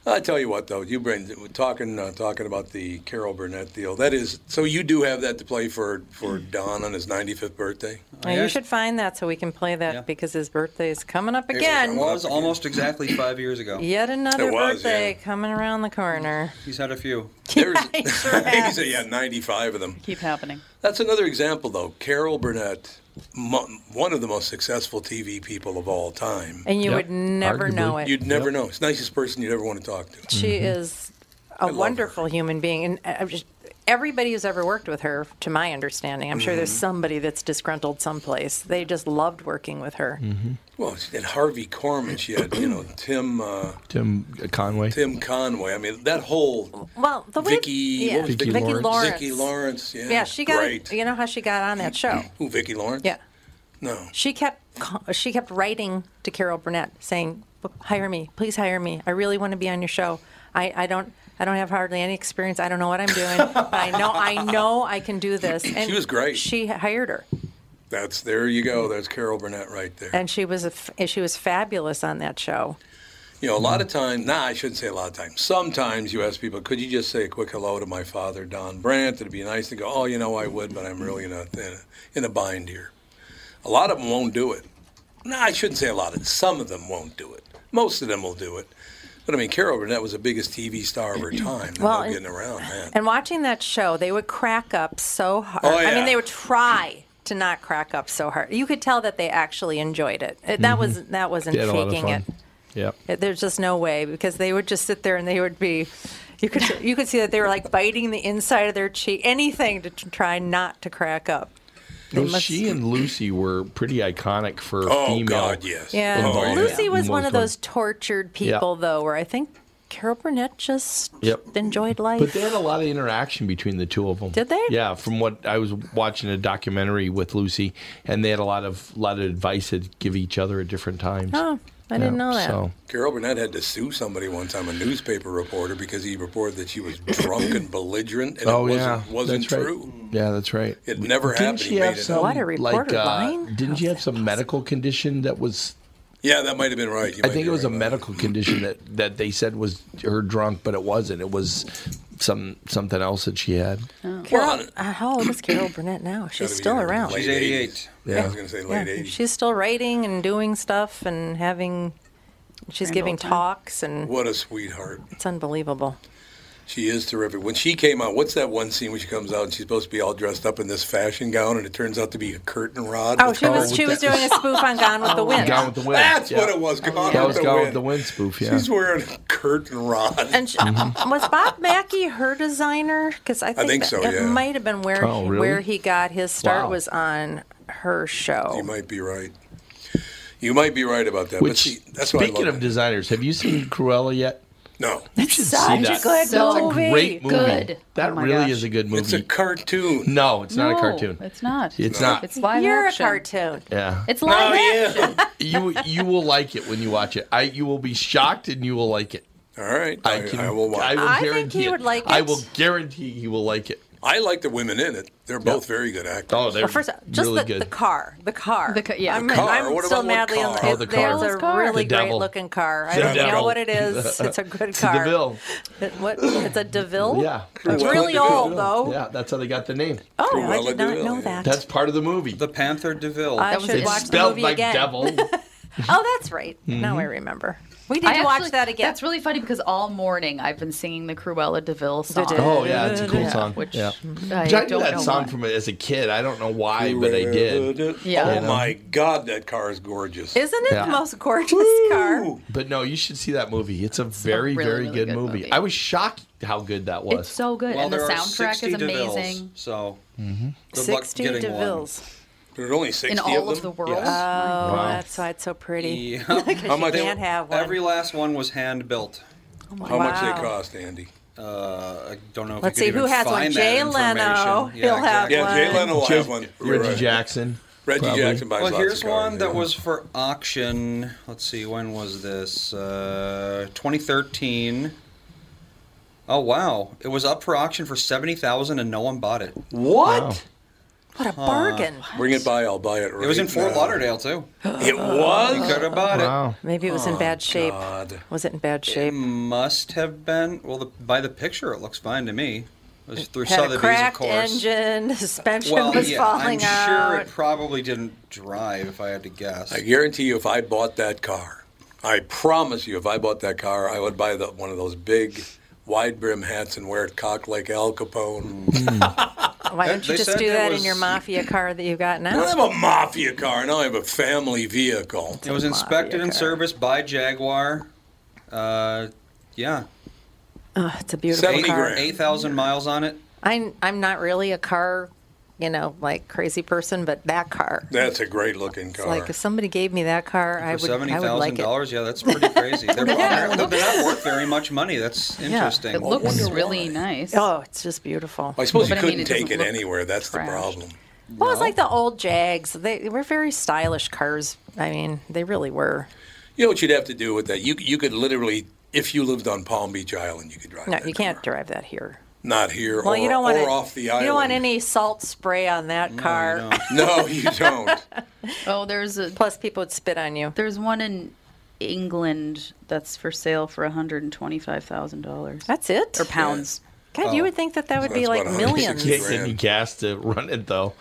[SPEAKER 1] I tell you what, though, you bring talking uh, talking about the Carol Burnett deal. That is, so you do have that to play for for Don on his 95th birthday.
[SPEAKER 2] Now, Oh, you should find that so we can play that because his birthday is coming up again.
[SPEAKER 3] It was almost exactly five years ago.
[SPEAKER 2] Yet another
[SPEAKER 1] It was,
[SPEAKER 2] birthday
[SPEAKER 1] yeah.
[SPEAKER 2] coming around the corner.
[SPEAKER 3] He's had a few.
[SPEAKER 1] There's, he's a, yeah, 95 of them.
[SPEAKER 7] Keep happening.
[SPEAKER 1] That's another example, though. Carol Burnett, mo- one of the most successful TV people of all time,
[SPEAKER 2] And you Yep. Mm-hmm. would never know Arguably. it.
[SPEAKER 1] You'd never know. It's the nicest person you'd ever want to talk to.
[SPEAKER 2] She is a wonderful human being, and I- I'm just everybody who's ever worked with her, to my understanding, I'm sure there's
[SPEAKER 1] Mhm.
[SPEAKER 2] somebody that's disgruntled someplace. They just loved working with her.
[SPEAKER 1] Well, she had Harvey Korman. She had, you know, Tim uh,
[SPEAKER 4] Tim Conway.
[SPEAKER 1] Tim Conway. I mean, that whole
[SPEAKER 2] Well, the way
[SPEAKER 1] Vicky,
[SPEAKER 2] yeah.
[SPEAKER 1] what was
[SPEAKER 2] Vicki Lawrence.
[SPEAKER 1] Vicki Lawrence. Yeah,
[SPEAKER 2] yeah, she got
[SPEAKER 1] great. Mm-hmm.
[SPEAKER 2] You know how she got on that show?
[SPEAKER 1] Who, Vicki Lawrence?
[SPEAKER 2] Yeah.
[SPEAKER 1] No.
[SPEAKER 2] She kept ca- she kept writing to Carol Burnett saying, "B- "Hire me, please hire me. I really want to be on your show. I, I don't I don't have hardly any experience. I don't know what I'm doing, but I know I know I can do this." And
[SPEAKER 1] was great.
[SPEAKER 2] She hired her,
[SPEAKER 1] That's there you go. That's Carol Burnett right there.
[SPEAKER 2] and she was a f- she was fabulous on that show.
[SPEAKER 1] You know, a
[SPEAKER 4] Mm.
[SPEAKER 1] lot of times, nah, I shouldn't say a lot of times. Sometimes you ask people, could you just say a quick hello to my father, Don Brandt? It'd be nice to go, oh, you know, I would, but I'm really in a, in a, in a bind here. A lot of them won't do it. Nah, I shouldn't say a lot of Some of them won't do it. Most of them will do it. But I mean, Carol Burnett was the biggest TV star of her
[SPEAKER 4] Mm.
[SPEAKER 1] time.
[SPEAKER 2] Well,
[SPEAKER 1] no
[SPEAKER 2] and-
[SPEAKER 1] getting around that.
[SPEAKER 2] And watching that show, they would crack up so hard.
[SPEAKER 1] Oh,
[SPEAKER 2] I
[SPEAKER 1] yeah.
[SPEAKER 2] mean, they would try to not crack up so hard. You could tell that they actually enjoyed it. it that was that wasn't
[SPEAKER 4] They had a lot of
[SPEAKER 2] faking it.
[SPEAKER 4] fun. Yeah.
[SPEAKER 2] It- There's just no way because they would just sit there and they would be, you could you could see that they were like biting the inside of their cheek, anything to t- try not to crack up.
[SPEAKER 4] No, she and Lucy were pretty iconic for
[SPEAKER 1] Oh,
[SPEAKER 4] female.
[SPEAKER 1] God, yes. Oh,
[SPEAKER 2] Yeah,
[SPEAKER 4] involvement.
[SPEAKER 2] Lucy was one of
[SPEAKER 4] Oh, Most
[SPEAKER 2] those tortured
[SPEAKER 4] Yeah.
[SPEAKER 2] people though, where I think Carol Burnett just
[SPEAKER 4] Yep.
[SPEAKER 2] enjoyed life.
[SPEAKER 4] But they had a lot of interaction between the two of them.
[SPEAKER 2] Did they?
[SPEAKER 4] Yeah, from what I was watching a documentary with Lucy, and they had a lot of lot of advice to give each other at different times.
[SPEAKER 2] Oh, I didn't
[SPEAKER 4] Yeah,
[SPEAKER 2] know that.
[SPEAKER 4] So
[SPEAKER 1] Carol Burnett had to sue somebody one time, a newspaper reporter, because he reported that she was drunk and belligerent, and
[SPEAKER 4] Oh,
[SPEAKER 1] it
[SPEAKER 4] yeah,
[SPEAKER 1] wasn't, wasn't
[SPEAKER 4] that's right.
[SPEAKER 1] true.
[SPEAKER 4] yeah, that's right.
[SPEAKER 1] It never
[SPEAKER 4] didn't
[SPEAKER 1] happened.
[SPEAKER 4] She
[SPEAKER 1] He
[SPEAKER 4] have
[SPEAKER 1] made it
[SPEAKER 4] some,
[SPEAKER 1] up. What, a
[SPEAKER 4] like,
[SPEAKER 1] reporter
[SPEAKER 4] uh,
[SPEAKER 1] lying?
[SPEAKER 4] Didn't she have some medical condition that was?
[SPEAKER 1] Yeah, that might have been right. You
[SPEAKER 4] I
[SPEAKER 1] might
[SPEAKER 4] think
[SPEAKER 1] be
[SPEAKER 4] it was
[SPEAKER 1] right
[SPEAKER 4] a
[SPEAKER 1] about
[SPEAKER 4] medical condition that, that they said was her drunk, but it wasn't. It was some something else that she had.
[SPEAKER 2] Carol, uh, how old is Carol Burnett now? She's still around.
[SPEAKER 1] Late
[SPEAKER 3] She's 88.
[SPEAKER 4] Yeah.
[SPEAKER 1] I was going to say
[SPEAKER 2] Yeah,
[SPEAKER 1] late 80s.
[SPEAKER 2] she's still writing and doing stuff and having. She's
[SPEAKER 1] Grand
[SPEAKER 2] giving
[SPEAKER 1] old time.
[SPEAKER 2] talks and
[SPEAKER 1] What a sweetheart.
[SPEAKER 2] it's unbelievable.
[SPEAKER 1] She is terrific. When she came out, what's that one scene when she comes out and she's supposed to be all dressed up in this fashion gown and it turns out to be a curtain rod?
[SPEAKER 2] Oh,
[SPEAKER 1] with
[SPEAKER 2] she
[SPEAKER 1] her-
[SPEAKER 2] was she was doing a spoof on Gone with the Wind. Oh,
[SPEAKER 4] Gone Oh, with the Wind.
[SPEAKER 1] That's
[SPEAKER 4] yeah.
[SPEAKER 1] what it was. Gone
[SPEAKER 4] That
[SPEAKER 1] with
[SPEAKER 4] was
[SPEAKER 1] the
[SPEAKER 4] Gone
[SPEAKER 1] wind.
[SPEAKER 4] with the Wind spoof. Yeah. Mm-hmm.
[SPEAKER 1] She's wearing a curtain rod.
[SPEAKER 2] And she, uh, was Bob Mackey her designer? Because I think,
[SPEAKER 1] think
[SPEAKER 2] that
[SPEAKER 1] so,
[SPEAKER 2] it
[SPEAKER 1] yeah.
[SPEAKER 2] might have been where
[SPEAKER 1] Oh, really?
[SPEAKER 2] where he got his start
[SPEAKER 1] Wow.
[SPEAKER 2] was on her show.
[SPEAKER 1] You might be right. You might be right about that. but
[SPEAKER 4] Which,
[SPEAKER 1] see, that's why I
[SPEAKER 4] speaking
[SPEAKER 1] love
[SPEAKER 4] of designers, have you seen Cruella yet?
[SPEAKER 1] No.
[SPEAKER 4] You should
[SPEAKER 2] Such
[SPEAKER 4] see
[SPEAKER 2] a
[SPEAKER 4] that.
[SPEAKER 2] good
[SPEAKER 4] That's
[SPEAKER 2] movie.
[SPEAKER 4] A great movie.
[SPEAKER 7] Good.
[SPEAKER 4] That
[SPEAKER 7] Oh my
[SPEAKER 4] really
[SPEAKER 7] gosh.
[SPEAKER 4] is a good movie. It's
[SPEAKER 1] a cartoon.
[SPEAKER 4] No, it's not a
[SPEAKER 7] No,
[SPEAKER 4] cartoon.
[SPEAKER 7] It's not.
[SPEAKER 4] It's not.
[SPEAKER 7] It's live
[SPEAKER 2] You're
[SPEAKER 7] action.
[SPEAKER 2] a cartoon.
[SPEAKER 4] yeah.
[SPEAKER 7] It's live action.
[SPEAKER 4] you you will like it when you watch it. I you will be shocked and you will like it.
[SPEAKER 1] All right.
[SPEAKER 4] I,
[SPEAKER 1] I-
[SPEAKER 4] can,
[SPEAKER 1] I will watch it.
[SPEAKER 4] will
[SPEAKER 1] I think
[SPEAKER 4] guarantee
[SPEAKER 1] he would like
[SPEAKER 4] I
[SPEAKER 1] it.
[SPEAKER 4] will guarantee he will like it.
[SPEAKER 1] I like the women in it. They're both very good actors.
[SPEAKER 4] Oh, they're
[SPEAKER 2] Well, first, just
[SPEAKER 4] really
[SPEAKER 2] the,
[SPEAKER 4] good.
[SPEAKER 2] the car, the car. The,
[SPEAKER 7] yeah,
[SPEAKER 2] I'm,
[SPEAKER 4] The car.
[SPEAKER 2] I'm
[SPEAKER 4] What
[SPEAKER 2] still
[SPEAKER 4] about what
[SPEAKER 2] madly in
[SPEAKER 4] car?
[SPEAKER 2] love.
[SPEAKER 4] Oh, the car.
[SPEAKER 2] There's a
[SPEAKER 4] The
[SPEAKER 2] really great
[SPEAKER 4] devil.
[SPEAKER 2] looking car. I
[SPEAKER 4] The
[SPEAKER 2] don't know
[SPEAKER 4] devil.
[SPEAKER 2] what it is. It's a good
[SPEAKER 4] It's a
[SPEAKER 2] car.
[SPEAKER 4] DeVille.
[SPEAKER 2] It- what? It's a Deville.
[SPEAKER 4] Yeah,
[SPEAKER 2] Oh, it's really old though.
[SPEAKER 4] Yeah, that's how they got the name.
[SPEAKER 2] Oh, I did not know that.
[SPEAKER 4] That's part of the movie. The
[SPEAKER 3] Panther Deville.
[SPEAKER 2] I should
[SPEAKER 4] it's
[SPEAKER 2] watch the
[SPEAKER 4] spelled
[SPEAKER 2] movie
[SPEAKER 4] like
[SPEAKER 2] again.
[SPEAKER 4] devil.
[SPEAKER 2] Oh, that's right. Now I
[SPEAKER 4] Mhm.
[SPEAKER 2] remember. We need to watch that again.
[SPEAKER 7] That's really funny because all morning I've been singing the Cruella Deville song.
[SPEAKER 4] Oh yeah, it's a cool song.
[SPEAKER 7] Which
[SPEAKER 4] yeah.
[SPEAKER 7] I
[SPEAKER 4] Which I knew
[SPEAKER 7] don't
[SPEAKER 4] that
[SPEAKER 7] know
[SPEAKER 4] song
[SPEAKER 7] why.
[SPEAKER 4] from as a kid. I don't know why, but I did.
[SPEAKER 7] Yeah.
[SPEAKER 1] Oh
[SPEAKER 4] You know?
[SPEAKER 1] my God, that car is gorgeous.
[SPEAKER 2] Isn't it
[SPEAKER 4] Yeah.
[SPEAKER 2] the most gorgeous car?
[SPEAKER 4] But no, you should see that movie. It's a very,
[SPEAKER 7] really,
[SPEAKER 4] very
[SPEAKER 7] really
[SPEAKER 4] good,
[SPEAKER 7] good
[SPEAKER 4] movie.
[SPEAKER 7] movie.
[SPEAKER 4] I was shocked how good that was.
[SPEAKER 7] It's so good.
[SPEAKER 3] Well,
[SPEAKER 7] and the
[SPEAKER 3] there are
[SPEAKER 7] soundtrack
[SPEAKER 3] 60
[SPEAKER 7] is
[SPEAKER 3] DeVilles,
[SPEAKER 7] amazing.
[SPEAKER 3] So, good luck
[SPEAKER 2] 60
[SPEAKER 3] getting one.
[SPEAKER 2] DeVilles.
[SPEAKER 1] There's only 60
[SPEAKER 7] In all of the
[SPEAKER 1] them?
[SPEAKER 7] world.
[SPEAKER 2] Oh,
[SPEAKER 3] Wow.
[SPEAKER 2] that's why it's so pretty.
[SPEAKER 3] Yeah.
[SPEAKER 2] 'Cause you can't have one. Oh,
[SPEAKER 3] Every last one was hand built.
[SPEAKER 2] my How much they wow. cost,
[SPEAKER 1] Andy?
[SPEAKER 3] Uh, I don't know. If
[SPEAKER 2] Let's
[SPEAKER 3] you
[SPEAKER 2] see,
[SPEAKER 3] could
[SPEAKER 2] who
[SPEAKER 3] even
[SPEAKER 2] has one?
[SPEAKER 3] find that
[SPEAKER 2] Jay
[SPEAKER 3] information.
[SPEAKER 2] Leno. He'll have
[SPEAKER 3] exactly.
[SPEAKER 2] one. Yeah, Jay Leno
[SPEAKER 4] will have one. You're
[SPEAKER 3] Reggie
[SPEAKER 4] right. Jackson,
[SPEAKER 1] Reggie
[SPEAKER 4] probably.
[SPEAKER 1] Jackson buys
[SPEAKER 3] Well,
[SPEAKER 1] lots
[SPEAKER 3] here's
[SPEAKER 1] of cars,
[SPEAKER 3] one that
[SPEAKER 1] yeah.
[SPEAKER 3] was for auction. Let's see, when was this? Uh, 2013. Oh wow, it was up for auction for seventy thousand, and no one bought it.
[SPEAKER 1] What?
[SPEAKER 2] What a Uh, bargain.
[SPEAKER 4] Ah.
[SPEAKER 1] Bring it by, I'll buy it. Right
[SPEAKER 3] It was in Fort
[SPEAKER 1] now.
[SPEAKER 3] Lauderdale too.
[SPEAKER 1] It was.
[SPEAKER 3] You could have bought
[SPEAKER 4] Wow.
[SPEAKER 3] it.
[SPEAKER 2] Maybe it was in
[SPEAKER 3] Oh,
[SPEAKER 2] bad shape.
[SPEAKER 3] God.
[SPEAKER 2] Was it in bad shape?
[SPEAKER 3] It must have been. Well, the, by the picture, it looks fine to me. It was through
[SPEAKER 2] Had a
[SPEAKER 3] Sotheby's, of
[SPEAKER 2] cracked
[SPEAKER 3] course.
[SPEAKER 2] engine. The suspension
[SPEAKER 3] well,
[SPEAKER 2] was
[SPEAKER 3] yeah,
[SPEAKER 2] falling
[SPEAKER 3] I'm
[SPEAKER 2] out.
[SPEAKER 3] sure it probably didn't drive, if I had to guess.
[SPEAKER 1] I guarantee you, if I bought that car, I promise you, if I bought that car, I would buy the, one of those big, wide brim hats and wear it cocked like Al Capone.
[SPEAKER 2] Why don't
[SPEAKER 1] They
[SPEAKER 2] you just
[SPEAKER 1] said
[SPEAKER 2] do
[SPEAKER 1] it
[SPEAKER 2] that
[SPEAKER 1] was-
[SPEAKER 2] in your mafia car that you got
[SPEAKER 1] I don't have
[SPEAKER 2] now?
[SPEAKER 1] a mafia car. Now I have a family vehicle.
[SPEAKER 3] It was inspected and serviced by Jaguar. Uh, yeah.
[SPEAKER 2] Oh, it's a beautiful car.
[SPEAKER 3] Eight thousand miles on it.
[SPEAKER 2] I'm I'm not really a car, you know, like crazy person, but that car.
[SPEAKER 1] That's a great looking
[SPEAKER 2] It's
[SPEAKER 1] car.
[SPEAKER 2] like if somebody gave me that car, I
[SPEAKER 3] For
[SPEAKER 2] would
[SPEAKER 3] seventy
[SPEAKER 2] I would
[SPEAKER 3] thousand
[SPEAKER 2] like it.
[SPEAKER 3] dollars, yeah, that's pretty crazy. They're, apparently they're not worth very much money. That's interesting.
[SPEAKER 7] It looks really nice.
[SPEAKER 2] Oh, it's just beautiful.
[SPEAKER 1] I suppose you
[SPEAKER 7] But I mean,
[SPEAKER 1] couldn't
[SPEAKER 7] it
[SPEAKER 1] take
[SPEAKER 7] doesn't
[SPEAKER 1] it
[SPEAKER 7] look
[SPEAKER 1] anywhere. That's the problem.
[SPEAKER 2] Well, it's like the old Jags. They were very stylish cars. I mean, they really were.
[SPEAKER 1] You know what you'd have to do with that? You you could literally, if you lived on Palm Beach Island, you could drive.
[SPEAKER 2] No, you can't drive that here.
[SPEAKER 1] Not here
[SPEAKER 2] well,
[SPEAKER 1] or,
[SPEAKER 2] you don't
[SPEAKER 1] or
[SPEAKER 2] want to,
[SPEAKER 1] off the
[SPEAKER 2] You
[SPEAKER 1] island.
[SPEAKER 2] don't want any salt spray on that car.
[SPEAKER 1] no, you don't.
[SPEAKER 7] Oh, there's a
[SPEAKER 2] plus people would spit on you.
[SPEAKER 7] There's one in England that's for sale for hundred and twenty-five thousand dollars.
[SPEAKER 2] That's it,
[SPEAKER 7] or pounds.
[SPEAKER 2] God,
[SPEAKER 4] Oh.
[SPEAKER 2] you would think that that would
[SPEAKER 1] So
[SPEAKER 2] be
[SPEAKER 1] that's
[SPEAKER 2] like
[SPEAKER 1] about
[SPEAKER 2] millions.
[SPEAKER 4] Can't get any gas to run it though.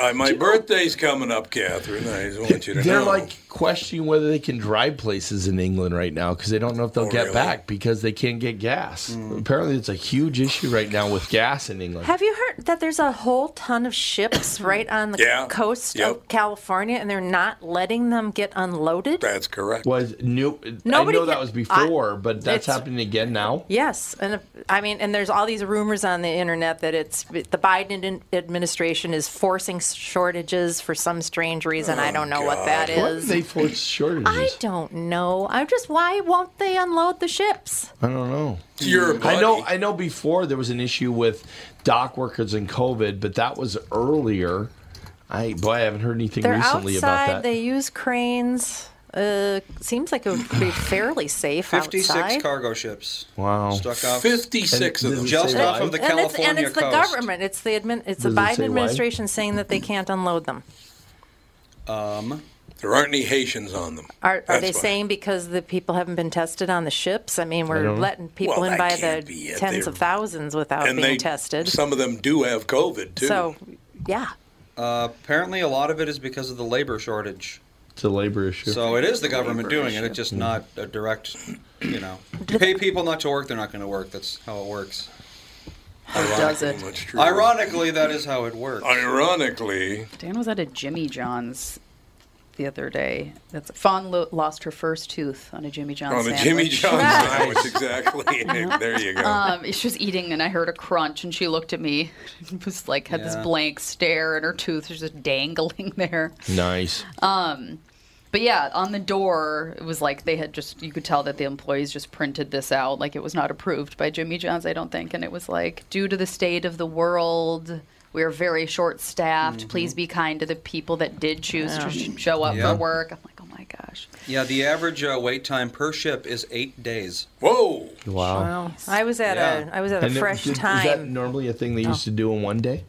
[SPEAKER 1] Uh, my birthday's coming up, Catherine. I just want you to
[SPEAKER 4] They're
[SPEAKER 1] know.
[SPEAKER 4] like questioning whether they can drive places in England right now because they don't know if they'll get
[SPEAKER 1] Oh, really? Hmm.
[SPEAKER 4] back because they can't get gas. Apparently, it's a huge issue right now with gas in England.
[SPEAKER 2] Have you heard that there's a whole ton of ships right on the
[SPEAKER 4] Yeah,
[SPEAKER 2] coast
[SPEAKER 4] yep.
[SPEAKER 2] of California, and they're not letting them get unloaded?
[SPEAKER 1] That's correct.
[SPEAKER 4] Was new?
[SPEAKER 2] Nobody
[SPEAKER 4] I know that
[SPEAKER 2] can-
[SPEAKER 4] was before, but that's
[SPEAKER 2] it's-
[SPEAKER 4] happening again now.
[SPEAKER 2] Yes, and if, I mean, and there's all these rumors on the internet that it's the Biden ad- administration is forcing shortages for some strange reason.
[SPEAKER 4] Oh,
[SPEAKER 2] I don't know
[SPEAKER 1] Oh,
[SPEAKER 2] what that
[SPEAKER 4] Why
[SPEAKER 2] is.
[SPEAKER 4] do they force shortages?
[SPEAKER 2] I don't know. I'm just why won't they unload the ships?
[SPEAKER 4] I don't know.
[SPEAKER 1] You're
[SPEAKER 4] I know. I know. Before there was an issue with dock workers and COVID, but that was earlier. I boy, I haven't heard anything
[SPEAKER 2] They're
[SPEAKER 4] recently
[SPEAKER 2] outside.
[SPEAKER 4] about that.
[SPEAKER 2] They use cranes. Uh, seems like it would be fairly safe
[SPEAKER 3] Fifty-six
[SPEAKER 2] outside.
[SPEAKER 3] cargo ships.
[SPEAKER 4] wow.
[SPEAKER 3] Stuck off.
[SPEAKER 1] 56 of them.
[SPEAKER 3] Just
[SPEAKER 1] Does it say
[SPEAKER 3] off
[SPEAKER 1] why?
[SPEAKER 3] of the
[SPEAKER 2] and it's,
[SPEAKER 3] California
[SPEAKER 2] and it's the
[SPEAKER 3] coast.
[SPEAKER 2] government. It's the admin. It's the
[SPEAKER 3] Does it
[SPEAKER 2] Biden
[SPEAKER 3] say why?
[SPEAKER 2] administration saying that they can't unload them.
[SPEAKER 1] Um, there aren't any Haitians on them.
[SPEAKER 2] Are, are
[SPEAKER 1] That's
[SPEAKER 2] they
[SPEAKER 1] why.
[SPEAKER 2] saying because the people haven't been tested on the ships? I mean,
[SPEAKER 1] I
[SPEAKER 2] we're
[SPEAKER 1] don't know.
[SPEAKER 2] letting people
[SPEAKER 1] Well,
[SPEAKER 2] in
[SPEAKER 1] that
[SPEAKER 2] by
[SPEAKER 1] can't
[SPEAKER 2] the
[SPEAKER 1] be it.
[SPEAKER 2] tens
[SPEAKER 1] They're-
[SPEAKER 2] of thousands without
[SPEAKER 1] and
[SPEAKER 2] being
[SPEAKER 1] they,
[SPEAKER 2] tested.
[SPEAKER 1] Some of them do have COVID too.
[SPEAKER 2] So, yeah.
[SPEAKER 3] Uh, apparently, a lot of it is because of the labor shortage.
[SPEAKER 4] It's a labor issue.
[SPEAKER 3] So it is the government doing it. It's just
[SPEAKER 1] Mm-hmm.
[SPEAKER 3] not a direct, you know, you pay people not to work, they're not going to work. That's how it works.
[SPEAKER 7] does it?
[SPEAKER 1] That's true.
[SPEAKER 3] Ironically, that is how it works.
[SPEAKER 1] Ironically,
[SPEAKER 7] Dan was at a Jimmy John's the other day. That's Fawn lo- lost her first tooth on a Jimmy John's.
[SPEAKER 1] on the
[SPEAKER 7] sandwich.
[SPEAKER 1] Jimmy John's sandwich, exactly. it. There you go.
[SPEAKER 7] Um, she was eating, and I heard a crunch, and she looked at me. and was like had this
[SPEAKER 4] Yeah.
[SPEAKER 7] blank stare, and her tooth was just dangling there.
[SPEAKER 4] Mm. Nice.
[SPEAKER 7] Um, but yeah, on the door, it was like they had just, you could tell that the employees just printed this out. Like it was not approved by Jimmy John's, I don't think. And it was like, due to the state of the world, we are very short staffed. Please be kind to the people that did choose to sh- show up
[SPEAKER 3] Mm-hmm. Yeah.
[SPEAKER 7] for work. I'm like, oh my gosh.
[SPEAKER 3] Yeah, the average uh, wait time per ship is eight days.
[SPEAKER 1] Whoa!
[SPEAKER 4] Wow.
[SPEAKER 2] I was at
[SPEAKER 3] Yeah.
[SPEAKER 2] a I was at a
[SPEAKER 4] And it-
[SPEAKER 2] fresh
[SPEAKER 4] did- Is that
[SPEAKER 2] time. Oh.
[SPEAKER 4] normally a thing they used to do in one day?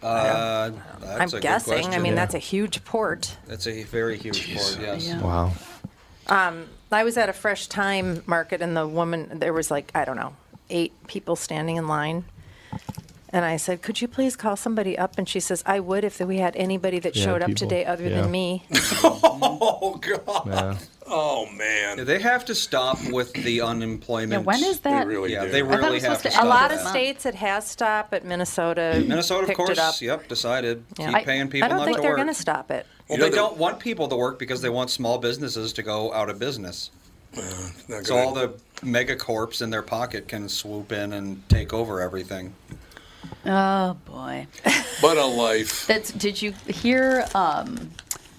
[SPEAKER 3] Uh, that's
[SPEAKER 2] I'm
[SPEAKER 3] a Good
[SPEAKER 2] guessing. I
[SPEAKER 3] question.
[SPEAKER 2] mean, that's a huge port.
[SPEAKER 3] That's a very huge port. Yes.
[SPEAKER 2] Yeah.
[SPEAKER 4] Wow.
[SPEAKER 2] Um, I was at a fresh time market, and the woman there was like I don't know eight people standing in line. And I said, "Could you please call somebody up?" And she says, "I would if we had anybody that
[SPEAKER 3] Yeah,
[SPEAKER 2] showed up
[SPEAKER 3] people.
[SPEAKER 2] today other
[SPEAKER 3] Yeah.
[SPEAKER 2] than me."
[SPEAKER 1] Oh God. Oh man.
[SPEAKER 3] they have to stop with the unemployment.
[SPEAKER 2] Yeah, when is that- They
[SPEAKER 1] really
[SPEAKER 3] yeah,
[SPEAKER 1] do.
[SPEAKER 3] they
[SPEAKER 1] I thought
[SPEAKER 3] really have to.
[SPEAKER 2] a
[SPEAKER 3] stop
[SPEAKER 2] lot
[SPEAKER 3] that.
[SPEAKER 2] of states it has stopped, but Minnesota
[SPEAKER 3] Minnesota, of
[SPEAKER 2] picked it up.
[SPEAKER 3] course. Yep, decided
[SPEAKER 2] Yeah.
[SPEAKER 3] keep paying people
[SPEAKER 2] I don't
[SPEAKER 3] not
[SPEAKER 2] think
[SPEAKER 3] to
[SPEAKER 2] they're
[SPEAKER 3] work.
[SPEAKER 2] going to stop it.
[SPEAKER 3] Well, they don't want people to work because they want small businesses to go out of business.
[SPEAKER 1] not
[SPEAKER 3] so
[SPEAKER 1] good.
[SPEAKER 3] all the mega corps in their pocket can swoop in and take over everything.
[SPEAKER 7] Oh boy.
[SPEAKER 1] But a life.
[SPEAKER 7] That's, did you hear um,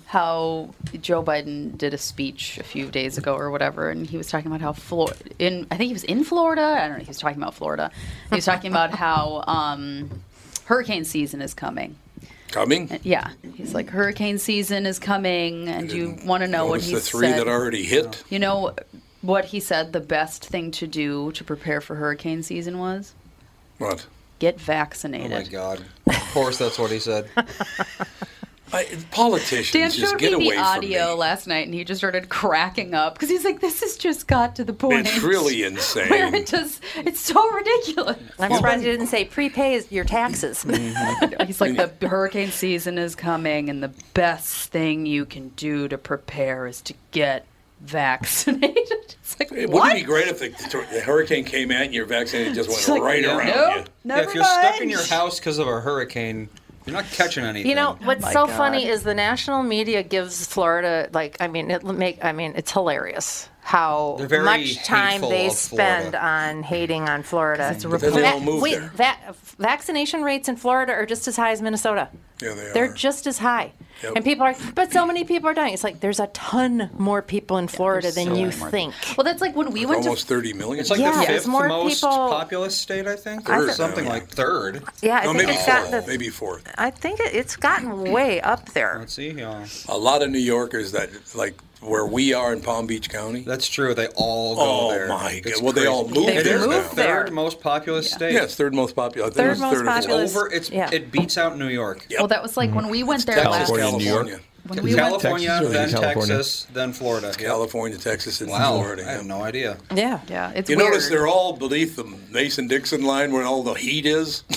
[SPEAKER 7] how Joe Biden did a speech a few days ago or whatever, and he was talking about how Florida, in I think he was in Florida. I don't know. He was talking about Florida. He was talking about how um, hurricane season is coming.
[SPEAKER 1] Coming.
[SPEAKER 7] Yeah, he's like hurricane season is coming, and you want to know what
[SPEAKER 1] Notice
[SPEAKER 7] he
[SPEAKER 1] the three
[SPEAKER 7] said.
[SPEAKER 1] that already hit.
[SPEAKER 7] You know what he said. The best thing to do to prepare for hurricane season was
[SPEAKER 1] What?
[SPEAKER 7] get
[SPEAKER 3] Oh
[SPEAKER 7] vaccinated.
[SPEAKER 3] my God! Of course, that's what he said.
[SPEAKER 1] I, politicians
[SPEAKER 7] Dan
[SPEAKER 1] just
[SPEAKER 7] showed
[SPEAKER 1] get
[SPEAKER 7] me
[SPEAKER 1] away
[SPEAKER 7] the audio last night, and he just started cracking up because he's like, "This has just got to the
[SPEAKER 1] from me.
[SPEAKER 7] point
[SPEAKER 1] It's really
[SPEAKER 7] where
[SPEAKER 1] insane.
[SPEAKER 7] it just—it's so ridiculous."
[SPEAKER 2] I'm surprised you didn't say prepay is your taxes.
[SPEAKER 7] he's like, "The hurricane season is coming, and the best thing you can do to prepare is to get vaccinated." It's like,
[SPEAKER 1] It
[SPEAKER 7] what?
[SPEAKER 1] wouldn't it be great if the, the hurricane came at and your vaccine just went
[SPEAKER 7] It's like,
[SPEAKER 1] right
[SPEAKER 7] yeah.
[SPEAKER 1] around
[SPEAKER 7] Nope.
[SPEAKER 1] you.
[SPEAKER 3] Yeah, if you're stuck in your house because of a hurricane, you're not catching anything.
[SPEAKER 2] You know
[SPEAKER 1] Oh
[SPEAKER 2] what's so funny is the national media gives Florida like I mean it make I mean it's hilarious how
[SPEAKER 3] They're very
[SPEAKER 2] much time
[SPEAKER 3] hateful
[SPEAKER 2] they
[SPEAKER 3] of
[SPEAKER 2] spend
[SPEAKER 3] Florida.
[SPEAKER 2] on hating on Florida.
[SPEAKER 3] it's a But then they Republican- all move
[SPEAKER 2] Wait,
[SPEAKER 3] there.
[SPEAKER 2] that vaccination rates in Florida are just as high as Minnesota.
[SPEAKER 1] Yeah, they
[SPEAKER 2] They're just as high.
[SPEAKER 1] Yep.
[SPEAKER 2] And people are, but so many people are dying. It's like there's a ton more people in Florida than
[SPEAKER 1] so
[SPEAKER 2] you
[SPEAKER 1] many more.
[SPEAKER 2] think.
[SPEAKER 7] Well, that's like when we went to
[SPEAKER 1] Almost 30 million.
[SPEAKER 3] It's like
[SPEAKER 2] Yeah,
[SPEAKER 3] the
[SPEAKER 2] it's
[SPEAKER 3] fifth
[SPEAKER 2] more
[SPEAKER 3] most
[SPEAKER 2] people-
[SPEAKER 3] populous state, I think,
[SPEAKER 2] I
[SPEAKER 3] or
[SPEAKER 2] thi-
[SPEAKER 3] something like third.
[SPEAKER 2] Yeah, I
[SPEAKER 1] no,
[SPEAKER 2] think
[SPEAKER 1] maybe
[SPEAKER 2] it's
[SPEAKER 1] fourth.
[SPEAKER 2] got the-
[SPEAKER 1] maybe fourth.
[SPEAKER 2] I think it, it's gotten way up there.
[SPEAKER 3] Let's see here.
[SPEAKER 1] A lot of New Yorkers that like where we are in Palm Beach County.
[SPEAKER 3] That's true. They all go
[SPEAKER 1] oh
[SPEAKER 3] there.
[SPEAKER 1] Oh my
[SPEAKER 3] It's
[SPEAKER 1] god! Well, they all
[SPEAKER 3] crazy.
[SPEAKER 1] move
[SPEAKER 3] It
[SPEAKER 1] there.
[SPEAKER 3] is the
[SPEAKER 1] now.
[SPEAKER 3] third most populous state.
[SPEAKER 1] Yeah, it's third most popular. I think
[SPEAKER 2] Third
[SPEAKER 1] it's
[SPEAKER 2] most
[SPEAKER 1] or fourth.
[SPEAKER 2] populous.
[SPEAKER 3] Over, it's,
[SPEAKER 2] Yeah.
[SPEAKER 3] it beats out New York.
[SPEAKER 7] Well, that was like when we went there last.
[SPEAKER 1] California, New York.
[SPEAKER 7] When we went,
[SPEAKER 3] California,
[SPEAKER 4] Texas,
[SPEAKER 3] then
[SPEAKER 4] California.
[SPEAKER 3] Texas, then Florida.
[SPEAKER 1] California, Texas, and
[SPEAKER 3] Wow,
[SPEAKER 1] Florida.
[SPEAKER 3] I have no idea.
[SPEAKER 2] Yeah.
[SPEAKER 7] yeah, it's
[SPEAKER 1] you
[SPEAKER 7] weird.
[SPEAKER 1] notice they're all beneath the Mason-Dixon line where all the heat is.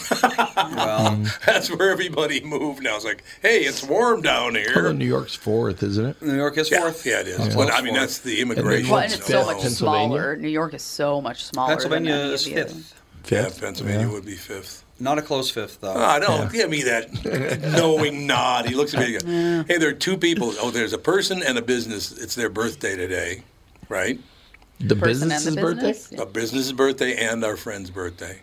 [SPEAKER 3] Well,
[SPEAKER 7] Mm.
[SPEAKER 1] That's where everybody moved now. It's like, hey, it's warm down
[SPEAKER 4] Although
[SPEAKER 1] here.
[SPEAKER 4] New York's fourth, isn't it?
[SPEAKER 3] New York is fourth.
[SPEAKER 1] Yeah, it is. But, I mean, that's the immigration.
[SPEAKER 7] well, and it's so
[SPEAKER 4] Yeah,
[SPEAKER 7] much
[SPEAKER 4] Pennsylvania.
[SPEAKER 7] smaller. New York is so much smaller.
[SPEAKER 3] Pennsylvania
[SPEAKER 7] than any
[SPEAKER 3] is
[SPEAKER 7] of the other-
[SPEAKER 3] fifth.
[SPEAKER 1] yeah, Pennsylvania would be fifth.
[SPEAKER 3] Not a close fifth, though.
[SPEAKER 1] Oh, I don't give me that knowing nod. He looks at me. And goes, hey, there are two people. Oh, there's a person and a business. It's their birthday today, right?
[SPEAKER 4] The
[SPEAKER 7] Person and the
[SPEAKER 4] business's birthday?
[SPEAKER 7] business.
[SPEAKER 1] A business's birthday and our friend's birthday.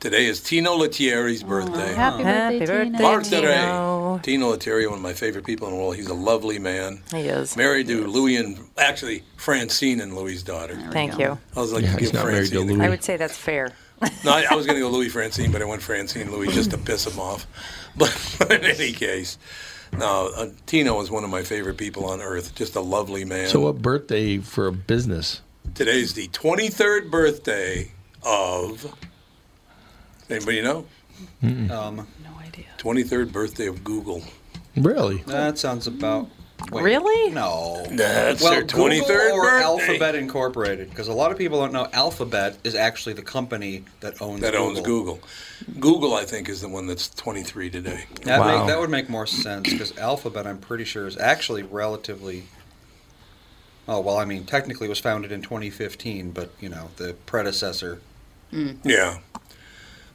[SPEAKER 1] Today is Tino Lettieri's birthday.
[SPEAKER 7] Happy
[SPEAKER 2] Happy
[SPEAKER 7] birthday,
[SPEAKER 2] birthday,
[SPEAKER 7] Tina.
[SPEAKER 1] Martere. Tino Lettieri, one of my favorite people in the world. He's a lovely man.
[SPEAKER 2] He is.
[SPEAKER 1] Married to Louis and actually Francine and Louis' daughter.
[SPEAKER 2] Thank you.
[SPEAKER 1] I was like,
[SPEAKER 4] Yeah,
[SPEAKER 1] give
[SPEAKER 4] he's not married to
[SPEAKER 1] Francine.
[SPEAKER 4] Louis.
[SPEAKER 2] I would say that's fair.
[SPEAKER 1] No, I, I was going to go Louis Francine, but I went Francine Louis just to
[SPEAKER 4] Mm.
[SPEAKER 1] piss him off. But in any case, no, uh, Tino is one of my favorite people on earth. Just a lovely man.
[SPEAKER 4] So, what birthday for a business?
[SPEAKER 1] Today's the 23rd birthday of. Does anybody know?
[SPEAKER 3] Um,
[SPEAKER 7] No idea.
[SPEAKER 1] 23rd birthday of Google.
[SPEAKER 4] Really?
[SPEAKER 3] that sounds about. wait,
[SPEAKER 2] Really?
[SPEAKER 3] No.
[SPEAKER 1] That's
[SPEAKER 3] well,
[SPEAKER 1] their 23rd
[SPEAKER 3] Google or
[SPEAKER 1] birthday.
[SPEAKER 3] Alphabet Incorporated, because a lot of people don't know Alphabet is actually the company that owns
[SPEAKER 1] That
[SPEAKER 3] Google.
[SPEAKER 1] owns Google. Google, I think, is the one that's 23 today.
[SPEAKER 3] That,
[SPEAKER 4] Wow.
[SPEAKER 3] make, that would make more sense because Alphabet, I'm pretty sure, is actually relatively. Oh well, I mean, technically it was founded in 2015, but you know the predecessor,
[SPEAKER 1] Yeah.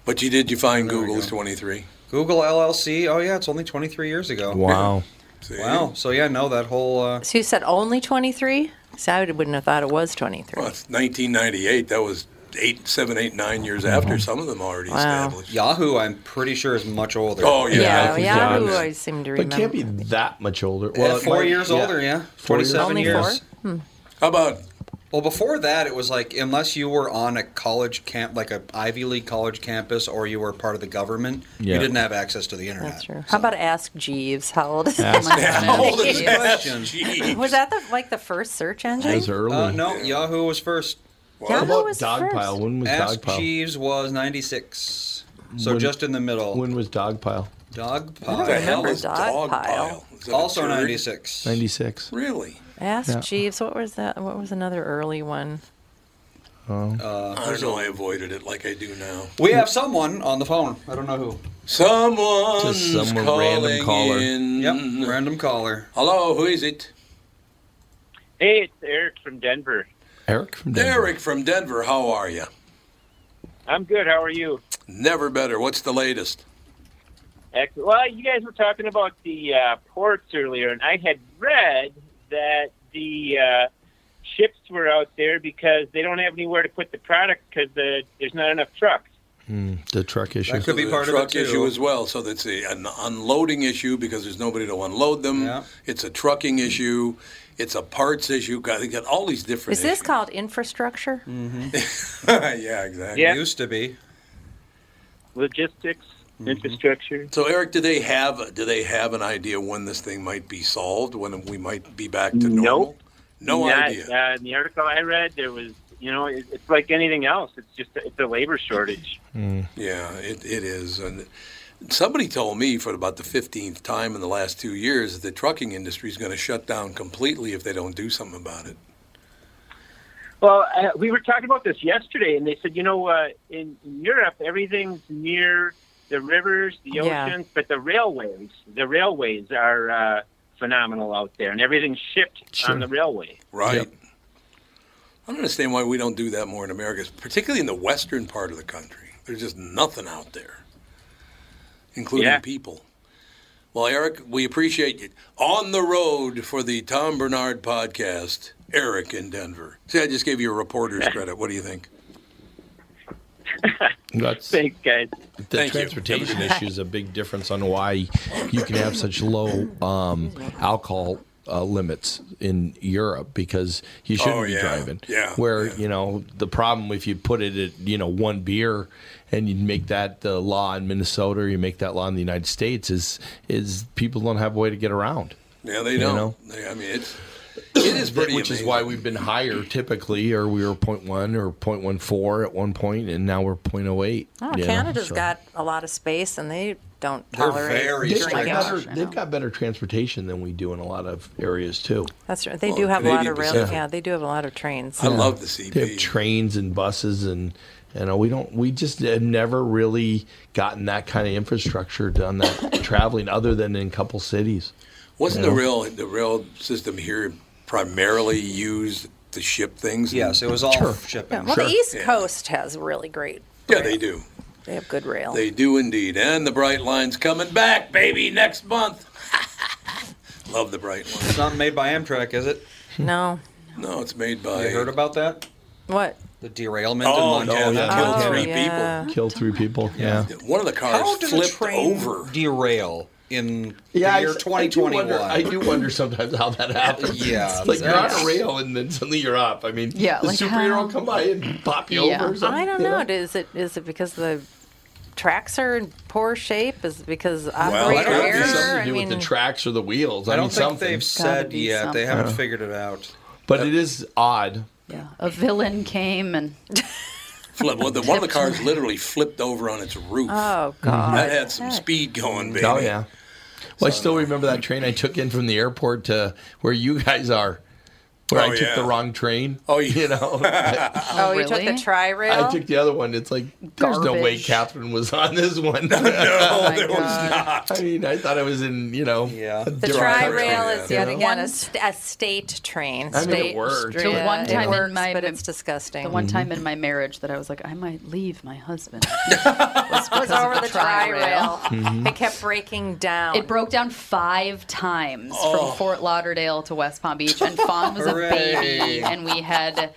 [SPEAKER 1] But you did, you find
[SPEAKER 3] Mm. There we
[SPEAKER 1] Google's
[SPEAKER 3] go.
[SPEAKER 1] 23.
[SPEAKER 3] Google LLC. Oh yeah, it's only 23 years ago.
[SPEAKER 4] Wow.
[SPEAKER 1] See?
[SPEAKER 3] Wow. So yeah, no, that whole. Uh,
[SPEAKER 2] So you said only 23? So I wouldn't have thought it was 23.
[SPEAKER 1] Well, it's 1998. That was eight, seven, eight, nine years
[SPEAKER 4] Mm-hmm.
[SPEAKER 1] after some of them already
[SPEAKER 2] Wow.
[SPEAKER 1] established.
[SPEAKER 3] Yahoo, I'm pretty sure is much older.
[SPEAKER 1] Oh, yeah.
[SPEAKER 2] yeah,
[SPEAKER 4] Yahoo's
[SPEAKER 2] Yahoo
[SPEAKER 4] on.
[SPEAKER 2] always seem to
[SPEAKER 4] But it
[SPEAKER 2] remember.
[SPEAKER 4] can't be that much older.
[SPEAKER 3] Well,
[SPEAKER 4] it
[SPEAKER 3] four
[SPEAKER 4] might-
[SPEAKER 3] years older, yeah,
[SPEAKER 4] Four years.
[SPEAKER 3] 27
[SPEAKER 2] Only
[SPEAKER 3] years.
[SPEAKER 2] four? Hmm.
[SPEAKER 1] How about
[SPEAKER 3] Well, before that, it was like unless you were on a college camp, like a Ivy League college campus, or you were part of the government,
[SPEAKER 4] Yeah.
[SPEAKER 3] you didn't have access to the internet.
[SPEAKER 2] That's true. How about Ask Jeeves? How old is
[SPEAKER 7] Oh my
[SPEAKER 1] how old
[SPEAKER 7] goodness.
[SPEAKER 1] is that? Jeez.
[SPEAKER 2] Was that the, like the first search engine?
[SPEAKER 4] It was early.
[SPEAKER 3] Uh, no, Yahoo was first.
[SPEAKER 2] Yahoo
[SPEAKER 4] How about
[SPEAKER 2] was
[SPEAKER 4] Dogpile?
[SPEAKER 2] first.
[SPEAKER 4] When was
[SPEAKER 3] Ask
[SPEAKER 4] Dogpile?
[SPEAKER 3] Jeeves was 96. So
[SPEAKER 4] When-
[SPEAKER 3] just in the middle.
[SPEAKER 4] When was Dogpile?
[SPEAKER 3] Dog
[SPEAKER 1] What the
[SPEAKER 3] pile.
[SPEAKER 1] hell is
[SPEAKER 2] Dog
[SPEAKER 1] dog pile?
[SPEAKER 2] pile.
[SPEAKER 1] Is that a
[SPEAKER 3] Also
[SPEAKER 1] turd?
[SPEAKER 3] 96.
[SPEAKER 4] 96.
[SPEAKER 1] Really?
[SPEAKER 2] Ask Jeeves. What was that? What was another early one?
[SPEAKER 4] Oh,
[SPEAKER 3] uh,
[SPEAKER 1] I don't know. I avoided it like I do now.
[SPEAKER 3] We have someone on the phone. I don't know who.
[SPEAKER 1] Someone's
[SPEAKER 4] Just some random
[SPEAKER 1] calling
[SPEAKER 4] caller.
[SPEAKER 1] in.
[SPEAKER 3] Yep. Random caller.
[SPEAKER 1] Hello, who is it?
[SPEAKER 13] Hey, it's Eric from Denver.
[SPEAKER 4] Eric from Denver.
[SPEAKER 1] Derek from Denver. How are you?
[SPEAKER 13] I'm good. How are you?
[SPEAKER 1] Never better. What's the latest?
[SPEAKER 13] Excellent. Well, you guys were talking about the uh, ports earlier, and I had read that the uh, ships were out there because they don't have anywhere to put the product because the, there's not enough trucks.
[SPEAKER 4] hmm, The truck issue.
[SPEAKER 3] That could be
[SPEAKER 1] the
[SPEAKER 3] part of
[SPEAKER 1] truck
[SPEAKER 3] it too.
[SPEAKER 1] issue as well. So that's a, an unloading issue because there's nobody to unload them.
[SPEAKER 3] Yeah.
[SPEAKER 1] It's a trucking issue. It's a parts issue. God, They got all these different.
[SPEAKER 2] Is this
[SPEAKER 1] issues.
[SPEAKER 2] called infrastructure?
[SPEAKER 13] Mm-hmm.
[SPEAKER 1] yeah, exactly.
[SPEAKER 13] Yeah.
[SPEAKER 3] Used to be. Mm-hmm.
[SPEAKER 13] Logistics, infrastructure.
[SPEAKER 1] So Eric, do they have do they have an idea when this thing might be solved? When we might be back to normal?
[SPEAKER 13] Nope.
[SPEAKER 1] No
[SPEAKER 13] Not-
[SPEAKER 1] idea.
[SPEAKER 13] Uh, in the article I read, there was, you know, it, it's like anything else. It's just it's a labor shortage.
[SPEAKER 1] Yeah, it, it is. And somebody told me for about the 15th time in the last two years that the trucking industry is going to shut down completely if they don't do something about it.
[SPEAKER 13] Well, uh, we were talking about this yesterday, and they said, you know, uh, in Europe, everything's near the rivers, the
[SPEAKER 2] Yeah.
[SPEAKER 13] oceans, but the railways, the railways are uh, phenomenal out there, and everything's shipped on the railway.
[SPEAKER 1] Right. I don't understand why we don't do that more in America, particularly in the western part of the country. There's just nothing out there, including
[SPEAKER 13] Yeah.
[SPEAKER 1] people. Well, Eric, we appreciate you. On the road for the Tom Bernard podcast, Eric in Denver. See, I just gave you a reporter's credit. What do you think?
[SPEAKER 4] That's,
[SPEAKER 13] Thanks, guys.
[SPEAKER 4] The
[SPEAKER 1] Thank you.
[SPEAKER 4] transportation issue is a big difference on why you can have such low um, alcohol uh, limits in Europe because you shouldn't
[SPEAKER 1] Oh,
[SPEAKER 4] be
[SPEAKER 1] yeah.
[SPEAKER 4] driving.
[SPEAKER 1] Yeah,
[SPEAKER 4] Where you know the problem if you put it at you know one beer and you make that the law in Minnesota or you make that law in the United States is is people don't have a way to get around.
[SPEAKER 1] Yeah, they
[SPEAKER 4] You
[SPEAKER 1] don't.
[SPEAKER 4] know?
[SPEAKER 1] They, I mean, it's it is pretty.
[SPEAKER 4] which is why we've been higher typically, or we were 0.1 or 0.14 at one point, and now we're 0.08.
[SPEAKER 2] Oh,
[SPEAKER 4] you know,
[SPEAKER 2] Canada's
[SPEAKER 4] so.
[SPEAKER 2] got a lot of space, and they don't
[SPEAKER 4] They're
[SPEAKER 2] tolerate
[SPEAKER 4] very
[SPEAKER 2] drinking.
[SPEAKER 4] strict. Better- they've got better transportation than we do in a lot of areas too.
[SPEAKER 2] That's right. They
[SPEAKER 1] Well,
[SPEAKER 2] do have a lot of
[SPEAKER 1] Canadian
[SPEAKER 2] rail.
[SPEAKER 4] Pacific.
[SPEAKER 2] Yeah, they do have a lot of trains.
[SPEAKER 4] Yeah. They have trains and buses, and you know we don't. We just have never really gotten that kind of infrastructure done that traveling, other than in a couple cities.
[SPEAKER 1] Wasn't
[SPEAKER 4] you
[SPEAKER 1] the
[SPEAKER 4] know?
[SPEAKER 1] rail the rail system here primarily used to ship things?
[SPEAKER 3] Yes, it was all Sure. shipping.
[SPEAKER 2] Yeah, well, the East Coast has really great.
[SPEAKER 1] Yeah, they do.
[SPEAKER 2] They have good rail.
[SPEAKER 1] They do indeed. And the Bright Line's coming back, baby, next month. Love the Bright Line.
[SPEAKER 3] It's not made by Amtrak, is it?
[SPEAKER 2] No.
[SPEAKER 1] No, it's made by.
[SPEAKER 3] You heard about that?
[SPEAKER 2] What?
[SPEAKER 3] The derailment
[SPEAKER 1] Oh,
[SPEAKER 3] in
[SPEAKER 1] no,
[SPEAKER 3] Montana.
[SPEAKER 1] that killed Oh, three yeah. people.
[SPEAKER 4] Killed three people. Yeah.
[SPEAKER 1] One of the cars
[SPEAKER 3] How does
[SPEAKER 1] flipped
[SPEAKER 3] a train
[SPEAKER 1] over.
[SPEAKER 3] derail in
[SPEAKER 4] Yeah,
[SPEAKER 3] the year
[SPEAKER 4] I- I do
[SPEAKER 3] 2021?
[SPEAKER 4] wonder- I do wonder sometimes how that happens.
[SPEAKER 3] Yeah,
[SPEAKER 4] It's like you're on
[SPEAKER 3] that's-
[SPEAKER 4] a rail and then suddenly you're up. I mean,
[SPEAKER 2] Yeah,
[SPEAKER 4] the
[SPEAKER 2] like
[SPEAKER 4] superhero
[SPEAKER 2] how-
[SPEAKER 4] will come by and pop you over. Or something,
[SPEAKER 2] I don't
[SPEAKER 4] you
[SPEAKER 2] know. Is it is it because the tracks are in poor shape? Is it because
[SPEAKER 4] Well,
[SPEAKER 2] operator
[SPEAKER 4] I don't think it's
[SPEAKER 2] error?
[SPEAKER 4] something to
[SPEAKER 2] I
[SPEAKER 4] do
[SPEAKER 2] mean,
[SPEAKER 4] with the tracks or the wheels. I,
[SPEAKER 3] I don't
[SPEAKER 4] mean,
[SPEAKER 3] think
[SPEAKER 4] something.
[SPEAKER 3] they've said
[SPEAKER 7] be
[SPEAKER 3] yet. They haven't
[SPEAKER 4] something.
[SPEAKER 3] figured it out.
[SPEAKER 4] But it is odd.
[SPEAKER 7] A villain came and
[SPEAKER 1] Flip, well, the, one of the cars literally flipped over on its roof.
[SPEAKER 7] Oh, God.
[SPEAKER 1] That had some speed going, baby.
[SPEAKER 4] Mm-hmm. Oh yeah. Well, I still remember that train I took in from the airport to where you guys are, where
[SPEAKER 1] Oh,
[SPEAKER 4] I took
[SPEAKER 1] yeah.
[SPEAKER 4] the wrong train. Oh, you know.
[SPEAKER 2] oh, you took the tri rail.
[SPEAKER 4] I took the other one. It's like there's no way
[SPEAKER 2] Garbage.
[SPEAKER 4] Catherine was on this one. no,
[SPEAKER 1] there was not.
[SPEAKER 4] I mean, I thought I was in you know. Yeah.
[SPEAKER 2] The tri rail is yet again a, st- a state train.
[SPEAKER 4] I mean, it
[SPEAKER 2] state
[SPEAKER 4] works.
[SPEAKER 2] stra-
[SPEAKER 7] The
[SPEAKER 2] yeah,
[SPEAKER 7] one
[SPEAKER 2] it
[SPEAKER 7] time in
[SPEAKER 2] works,
[SPEAKER 7] my-
[SPEAKER 2] but it's disgusting.
[SPEAKER 7] the one
[SPEAKER 2] Mm-hmm.
[SPEAKER 7] time in my marriage that I was like, I might leave my husband.
[SPEAKER 2] This was over the tri rail.
[SPEAKER 7] Mhm.
[SPEAKER 2] It kept breaking down.
[SPEAKER 7] It broke down five times
[SPEAKER 2] Oh.
[SPEAKER 7] from Fort Lauderdale to West Palm Beach, and Fawn was a
[SPEAKER 2] Hooray.
[SPEAKER 7] baby, and we had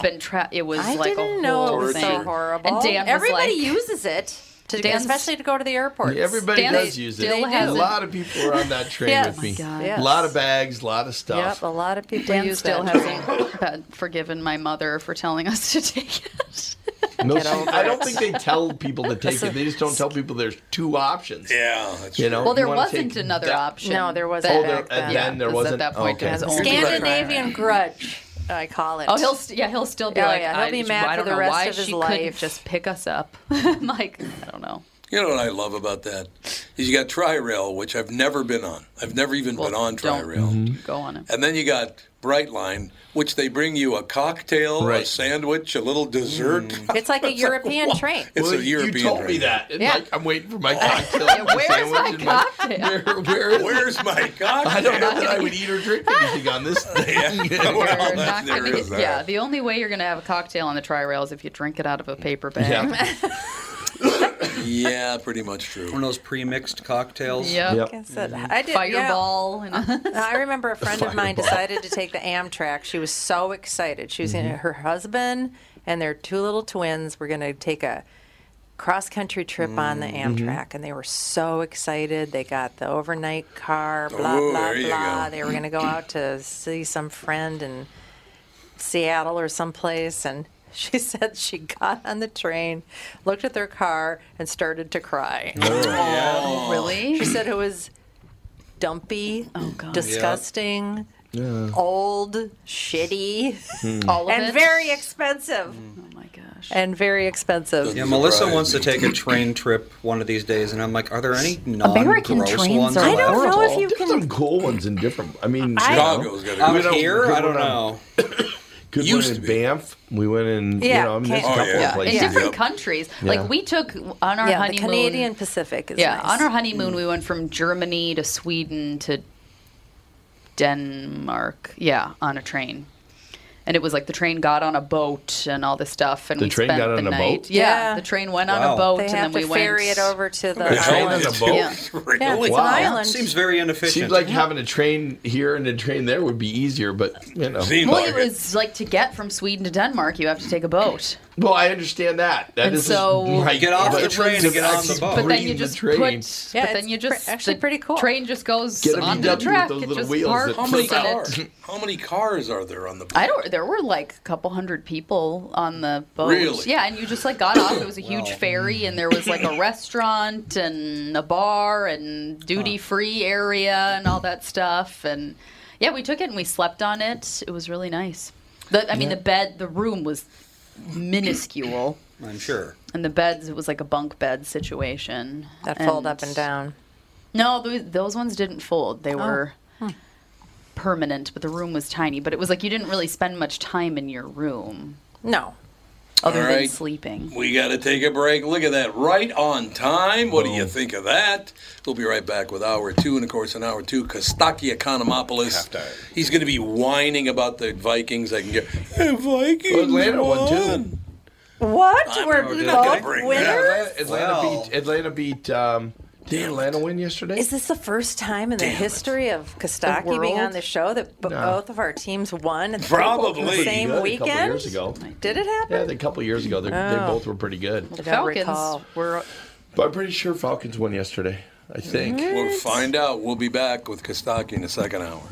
[SPEAKER 7] been trapped. It was
[SPEAKER 2] I
[SPEAKER 7] like
[SPEAKER 2] didn't
[SPEAKER 7] a
[SPEAKER 2] know
[SPEAKER 7] whole
[SPEAKER 2] it was so
[SPEAKER 7] thing.
[SPEAKER 2] horrible.
[SPEAKER 7] And Dan was
[SPEAKER 2] Everybody
[SPEAKER 7] like-
[SPEAKER 2] uses it, to,
[SPEAKER 7] Dan's-
[SPEAKER 2] especially to go to the airport.
[SPEAKER 4] Everybody does use it. A lot of people were on that train
[SPEAKER 2] Yes.
[SPEAKER 4] with me.
[SPEAKER 2] Oh my God.
[SPEAKER 4] A lot of bags, a lot of stuff.
[SPEAKER 2] Yep, a lot of people
[SPEAKER 7] Dan
[SPEAKER 2] use
[SPEAKER 7] still
[SPEAKER 2] that.
[SPEAKER 7] hasn't had forgiven my mother for telling us to take it.
[SPEAKER 4] No,
[SPEAKER 7] Get
[SPEAKER 4] she-
[SPEAKER 7] over
[SPEAKER 4] I
[SPEAKER 7] it.
[SPEAKER 4] don't think they tell people to take it. They just don't tell people there's two options.
[SPEAKER 1] Yeah,
[SPEAKER 4] you know.
[SPEAKER 7] well,
[SPEAKER 4] you
[SPEAKER 7] there
[SPEAKER 4] wanna
[SPEAKER 7] wasn't
[SPEAKER 4] take
[SPEAKER 7] another
[SPEAKER 4] that-
[SPEAKER 7] option.
[SPEAKER 2] No, there wasn't
[SPEAKER 4] Oh,
[SPEAKER 2] back
[SPEAKER 4] there,
[SPEAKER 2] then.
[SPEAKER 4] and
[SPEAKER 2] Yeah,
[SPEAKER 4] then there
[SPEAKER 7] it was at
[SPEAKER 4] wasn't.
[SPEAKER 7] that point, it
[SPEAKER 4] okay.
[SPEAKER 7] was only
[SPEAKER 2] Scandinavian grudge, I call it.
[SPEAKER 7] Oh, he'll st- yeah, he'll still be
[SPEAKER 2] Yeah,
[SPEAKER 7] like,
[SPEAKER 2] Oh, yeah, he'll
[SPEAKER 7] I
[SPEAKER 2] be
[SPEAKER 7] just-
[SPEAKER 2] mad
[SPEAKER 7] I
[SPEAKER 2] for
[SPEAKER 7] don't
[SPEAKER 2] the
[SPEAKER 7] know
[SPEAKER 2] rest
[SPEAKER 7] why
[SPEAKER 2] of his
[SPEAKER 7] she couldn't
[SPEAKER 2] life."
[SPEAKER 7] Just pick us up. I'm like, I don't know.
[SPEAKER 1] You know what I love about that is you got Tri-Rail, which I've never been on. I've never even been on Tri-Rail.
[SPEAKER 7] Mm-hmm. Go on it.
[SPEAKER 1] And then you got Brightline, which they bring you a cocktail, a
[SPEAKER 4] Right. Mm.
[SPEAKER 1] sandwich, a little dessert.
[SPEAKER 2] It's like a European train.
[SPEAKER 1] It's
[SPEAKER 4] Well,
[SPEAKER 1] a European.
[SPEAKER 4] You told me
[SPEAKER 1] drink.
[SPEAKER 4] that. It's
[SPEAKER 2] Yeah.
[SPEAKER 4] like, I'm waiting for my cocktail.
[SPEAKER 2] Where's my
[SPEAKER 4] Where,
[SPEAKER 2] cocktail?
[SPEAKER 4] where is
[SPEAKER 1] Where's my cocktail?
[SPEAKER 4] I don't know that I would eat or drink anything on this thing.
[SPEAKER 7] You're not gonna get-
[SPEAKER 4] uh,
[SPEAKER 7] yeah, the only way you're going to have a cocktail on the tri rail is if you drink it out of a paper bag.
[SPEAKER 1] yeah, pretty much true.
[SPEAKER 3] One of those pre-mixed cocktails.
[SPEAKER 7] Yep. Yep.
[SPEAKER 2] I said-
[SPEAKER 7] Mm-hmm.
[SPEAKER 2] I did,
[SPEAKER 7] Fireball
[SPEAKER 2] And I remember a friend of mine
[SPEAKER 3] Fireball.
[SPEAKER 2] decided to take the Amtrak. She was so excited. She was gonna,
[SPEAKER 7] Mhm.
[SPEAKER 2] her husband and their two little twins were going to take a cross country trip on the
[SPEAKER 7] Mhm.
[SPEAKER 2] Amtrak, and they were so excited. They got the overnight car. Blah
[SPEAKER 7] Ooh,
[SPEAKER 2] blah
[SPEAKER 7] Oh, there you
[SPEAKER 2] blah.
[SPEAKER 7] go.
[SPEAKER 2] They were going to go out to see some friend in Seattle or someplace, and. She said she got on the train, looked at their car, and started to cry.
[SPEAKER 7] Oh, really? Oh,
[SPEAKER 2] She said it was dumpy, disgusting,
[SPEAKER 4] Yeah.
[SPEAKER 2] old, shitty,
[SPEAKER 3] Mm.
[SPEAKER 4] Hmm.
[SPEAKER 7] All of
[SPEAKER 2] and
[SPEAKER 7] it? Oh,
[SPEAKER 2] very expensive. And very expensive.
[SPEAKER 3] Yeah, Melissa wants to take a train trip one of these days, and I'm like, are there any non-gross ones?
[SPEAKER 2] I don't
[SPEAKER 3] left?
[SPEAKER 2] know if you
[SPEAKER 4] There's some cool ones in different. I mean,
[SPEAKER 2] I-
[SPEAKER 4] you know,
[SPEAKER 3] Chicago's got a Out
[SPEAKER 4] good one.
[SPEAKER 3] here?
[SPEAKER 4] Good
[SPEAKER 3] I don't
[SPEAKER 4] one on-
[SPEAKER 3] know.
[SPEAKER 4] Good one in Banff. We went in.
[SPEAKER 2] Yeah,
[SPEAKER 4] You know, I mean, there's a
[SPEAKER 2] Can-
[SPEAKER 4] couple
[SPEAKER 2] yeah,
[SPEAKER 4] of places.
[SPEAKER 7] oh, In different countries.
[SPEAKER 4] Yeah.
[SPEAKER 7] Like, we took on our
[SPEAKER 2] yeah,
[SPEAKER 7] honeymoon.
[SPEAKER 2] the Canadian Pacific is
[SPEAKER 7] yeah,
[SPEAKER 2] nice.
[SPEAKER 7] on our honeymoon,
[SPEAKER 4] Mm.
[SPEAKER 7] we went from Germany to Sweden to Denmark. Yeah, on a train. And it was like the train got on a boat and all this stuff, and
[SPEAKER 4] The
[SPEAKER 7] we
[SPEAKER 4] train
[SPEAKER 7] spent
[SPEAKER 4] got
[SPEAKER 7] the
[SPEAKER 4] on a
[SPEAKER 7] night.
[SPEAKER 4] boat?
[SPEAKER 7] Yeah, the train went on
[SPEAKER 4] Wow.
[SPEAKER 7] a boat,
[SPEAKER 2] They
[SPEAKER 7] and
[SPEAKER 2] have
[SPEAKER 7] then we
[SPEAKER 2] to
[SPEAKER 7] went
[SPEAKER 2] ferry it over to the
[SPEAKER 4] The train
[SPEAKER 2] island.
[SPEAKER 4] is a boat?
[SPEAKER 7] Yeah.
[SPEAKER 2] Yeah, it's an island.
[SPEAKER 3] Seems very inefficient.
[SPEAKER 4] Seems like having a train here and a train there would be easier, but you know.
[SPEAKER 7] Well, it was like to get from Sweden to Denmark, you have to take a boat.
[SPEAKER 4] Well, I understand that. That
[SPEAKER 7] and
[SPEAKER 4] is
[SPEAKER 7] so
[SPEAKER 4] right, but to actually
[SPEAKER 7] But then
[SPEAKER 4] breathe
[SPEAKER 7] you
[SPEAKER 4] the
[SPEAKER 7] just
[SPEAKER 4] train.
[SPEAKER 7] put. but then you just actually pretty cool. Train just goes
[SPEAKER 4] Get a
[SPEAKER 7] on
[SPEAKER 4] VW
[SPEAKER 7] the
[SPEAKER 4] with
[SPEAKER 7] track.
[SPEAKER 4] those
[SPEAKER 7] It
[SPEAKER 4] little
[SPEAKER 7] just
[SPEAKER 4] wheels
[SPEAKER 7] parks
[SPEAKER 4] that
[SPEAKER 1] How many,
[SPEAKER 7] in it.
[SPEAKER 1] cars, how many cars are there on the
[SPEAKER 7] I don't. There were like a couple hundred people on the boat.
[SPEAKER 1] Really?
[SPEAKER 7] Yeah, and you just like got off. It was a huge ferry, and there was like a restaurant and a bar and duty free area and all that stuff. And yeah, we took it and we slept on it. It was really nice. The, I mean,
[SPEAKER 3] Yeah.
[SPEAKER 7] the bed, the room was minuscule,
[SPEAKER 3] I'm sure.
[SPEAKER 7] and the beds. It was like a bunk bed situation.
[SPEAKER 2] That fold up
[SPEAKER 7] and
[SPEAKER 2] down.
[SPEAKER 7] No, tho- those ones didn't fold. They
[SPEAKER 2] Oh.
[SPEAKER 7] were permanent, but the room was tiny. But it was like you didn't really spend much time in your room.
[SPEAKER 2] No.
[SPEAKER 7] Other
[SPEAKER 1] All
[SPEAKER 7] than
[SPEAKER 1] right.
[SPEAKER 7] sleeping.
[SPEAKER 1] We got to take a break. Look at that. Right on time. What do you think of that? We'll be right back with hour two. And of course, in hour two, Kostaki Economopoulos. He's going to be whining about the Vikings. I can get. The Vikings.
[SPEAKER 4] Atlanta won, too.
[SPEAKER 1] won.
[SPEAKER 2] What?
[SPEAKER 1] We're
[SPEAKER 4] Oh, did
[SPEAKER 1] both
[SPEAKER 4] Atlanta-
[SPEAKER 1] winners?
[SPEAKER 4] Atlanta, Atlanta
[SPEAKER 1] Wow.
[SPEAKER 4] beat. Atlanta beat. Um, did Atlanta win yesterday?
[SPEAKER 2] Is this the first time in the history of
[SPEAKER 4] The
[SPEAKER 2] Kostaki
[SPEAKER 4] world?
[SPEAKER 2] being on the show that b-
[SPEAKER 4] No.
[SPEAKER 2] both of our teams won? at the-
[SPEAKER 4] Pretty
[SPEAKER 2] The same
[SPEAKER 4] good A couple years
[SPEAKER 2] weekend?
[SPEAKER 4] ago.
[SPEAKER 2] Did it happen?
[SPEAKER 4] Yeah, I think a couple years ago. They, they
[SPEAKER 2] Oh.
[SPEAKER 4] both were pretty good.
[SPEAKER 2] I don't Falcons recall.
[SPEAKER 7] were.
[SPEAKER 4] But I'm pretty sure Falcons won yesterday. I think.
[SPEAKER 1] We'll find out. We'll be back with Kostaki in the second hour.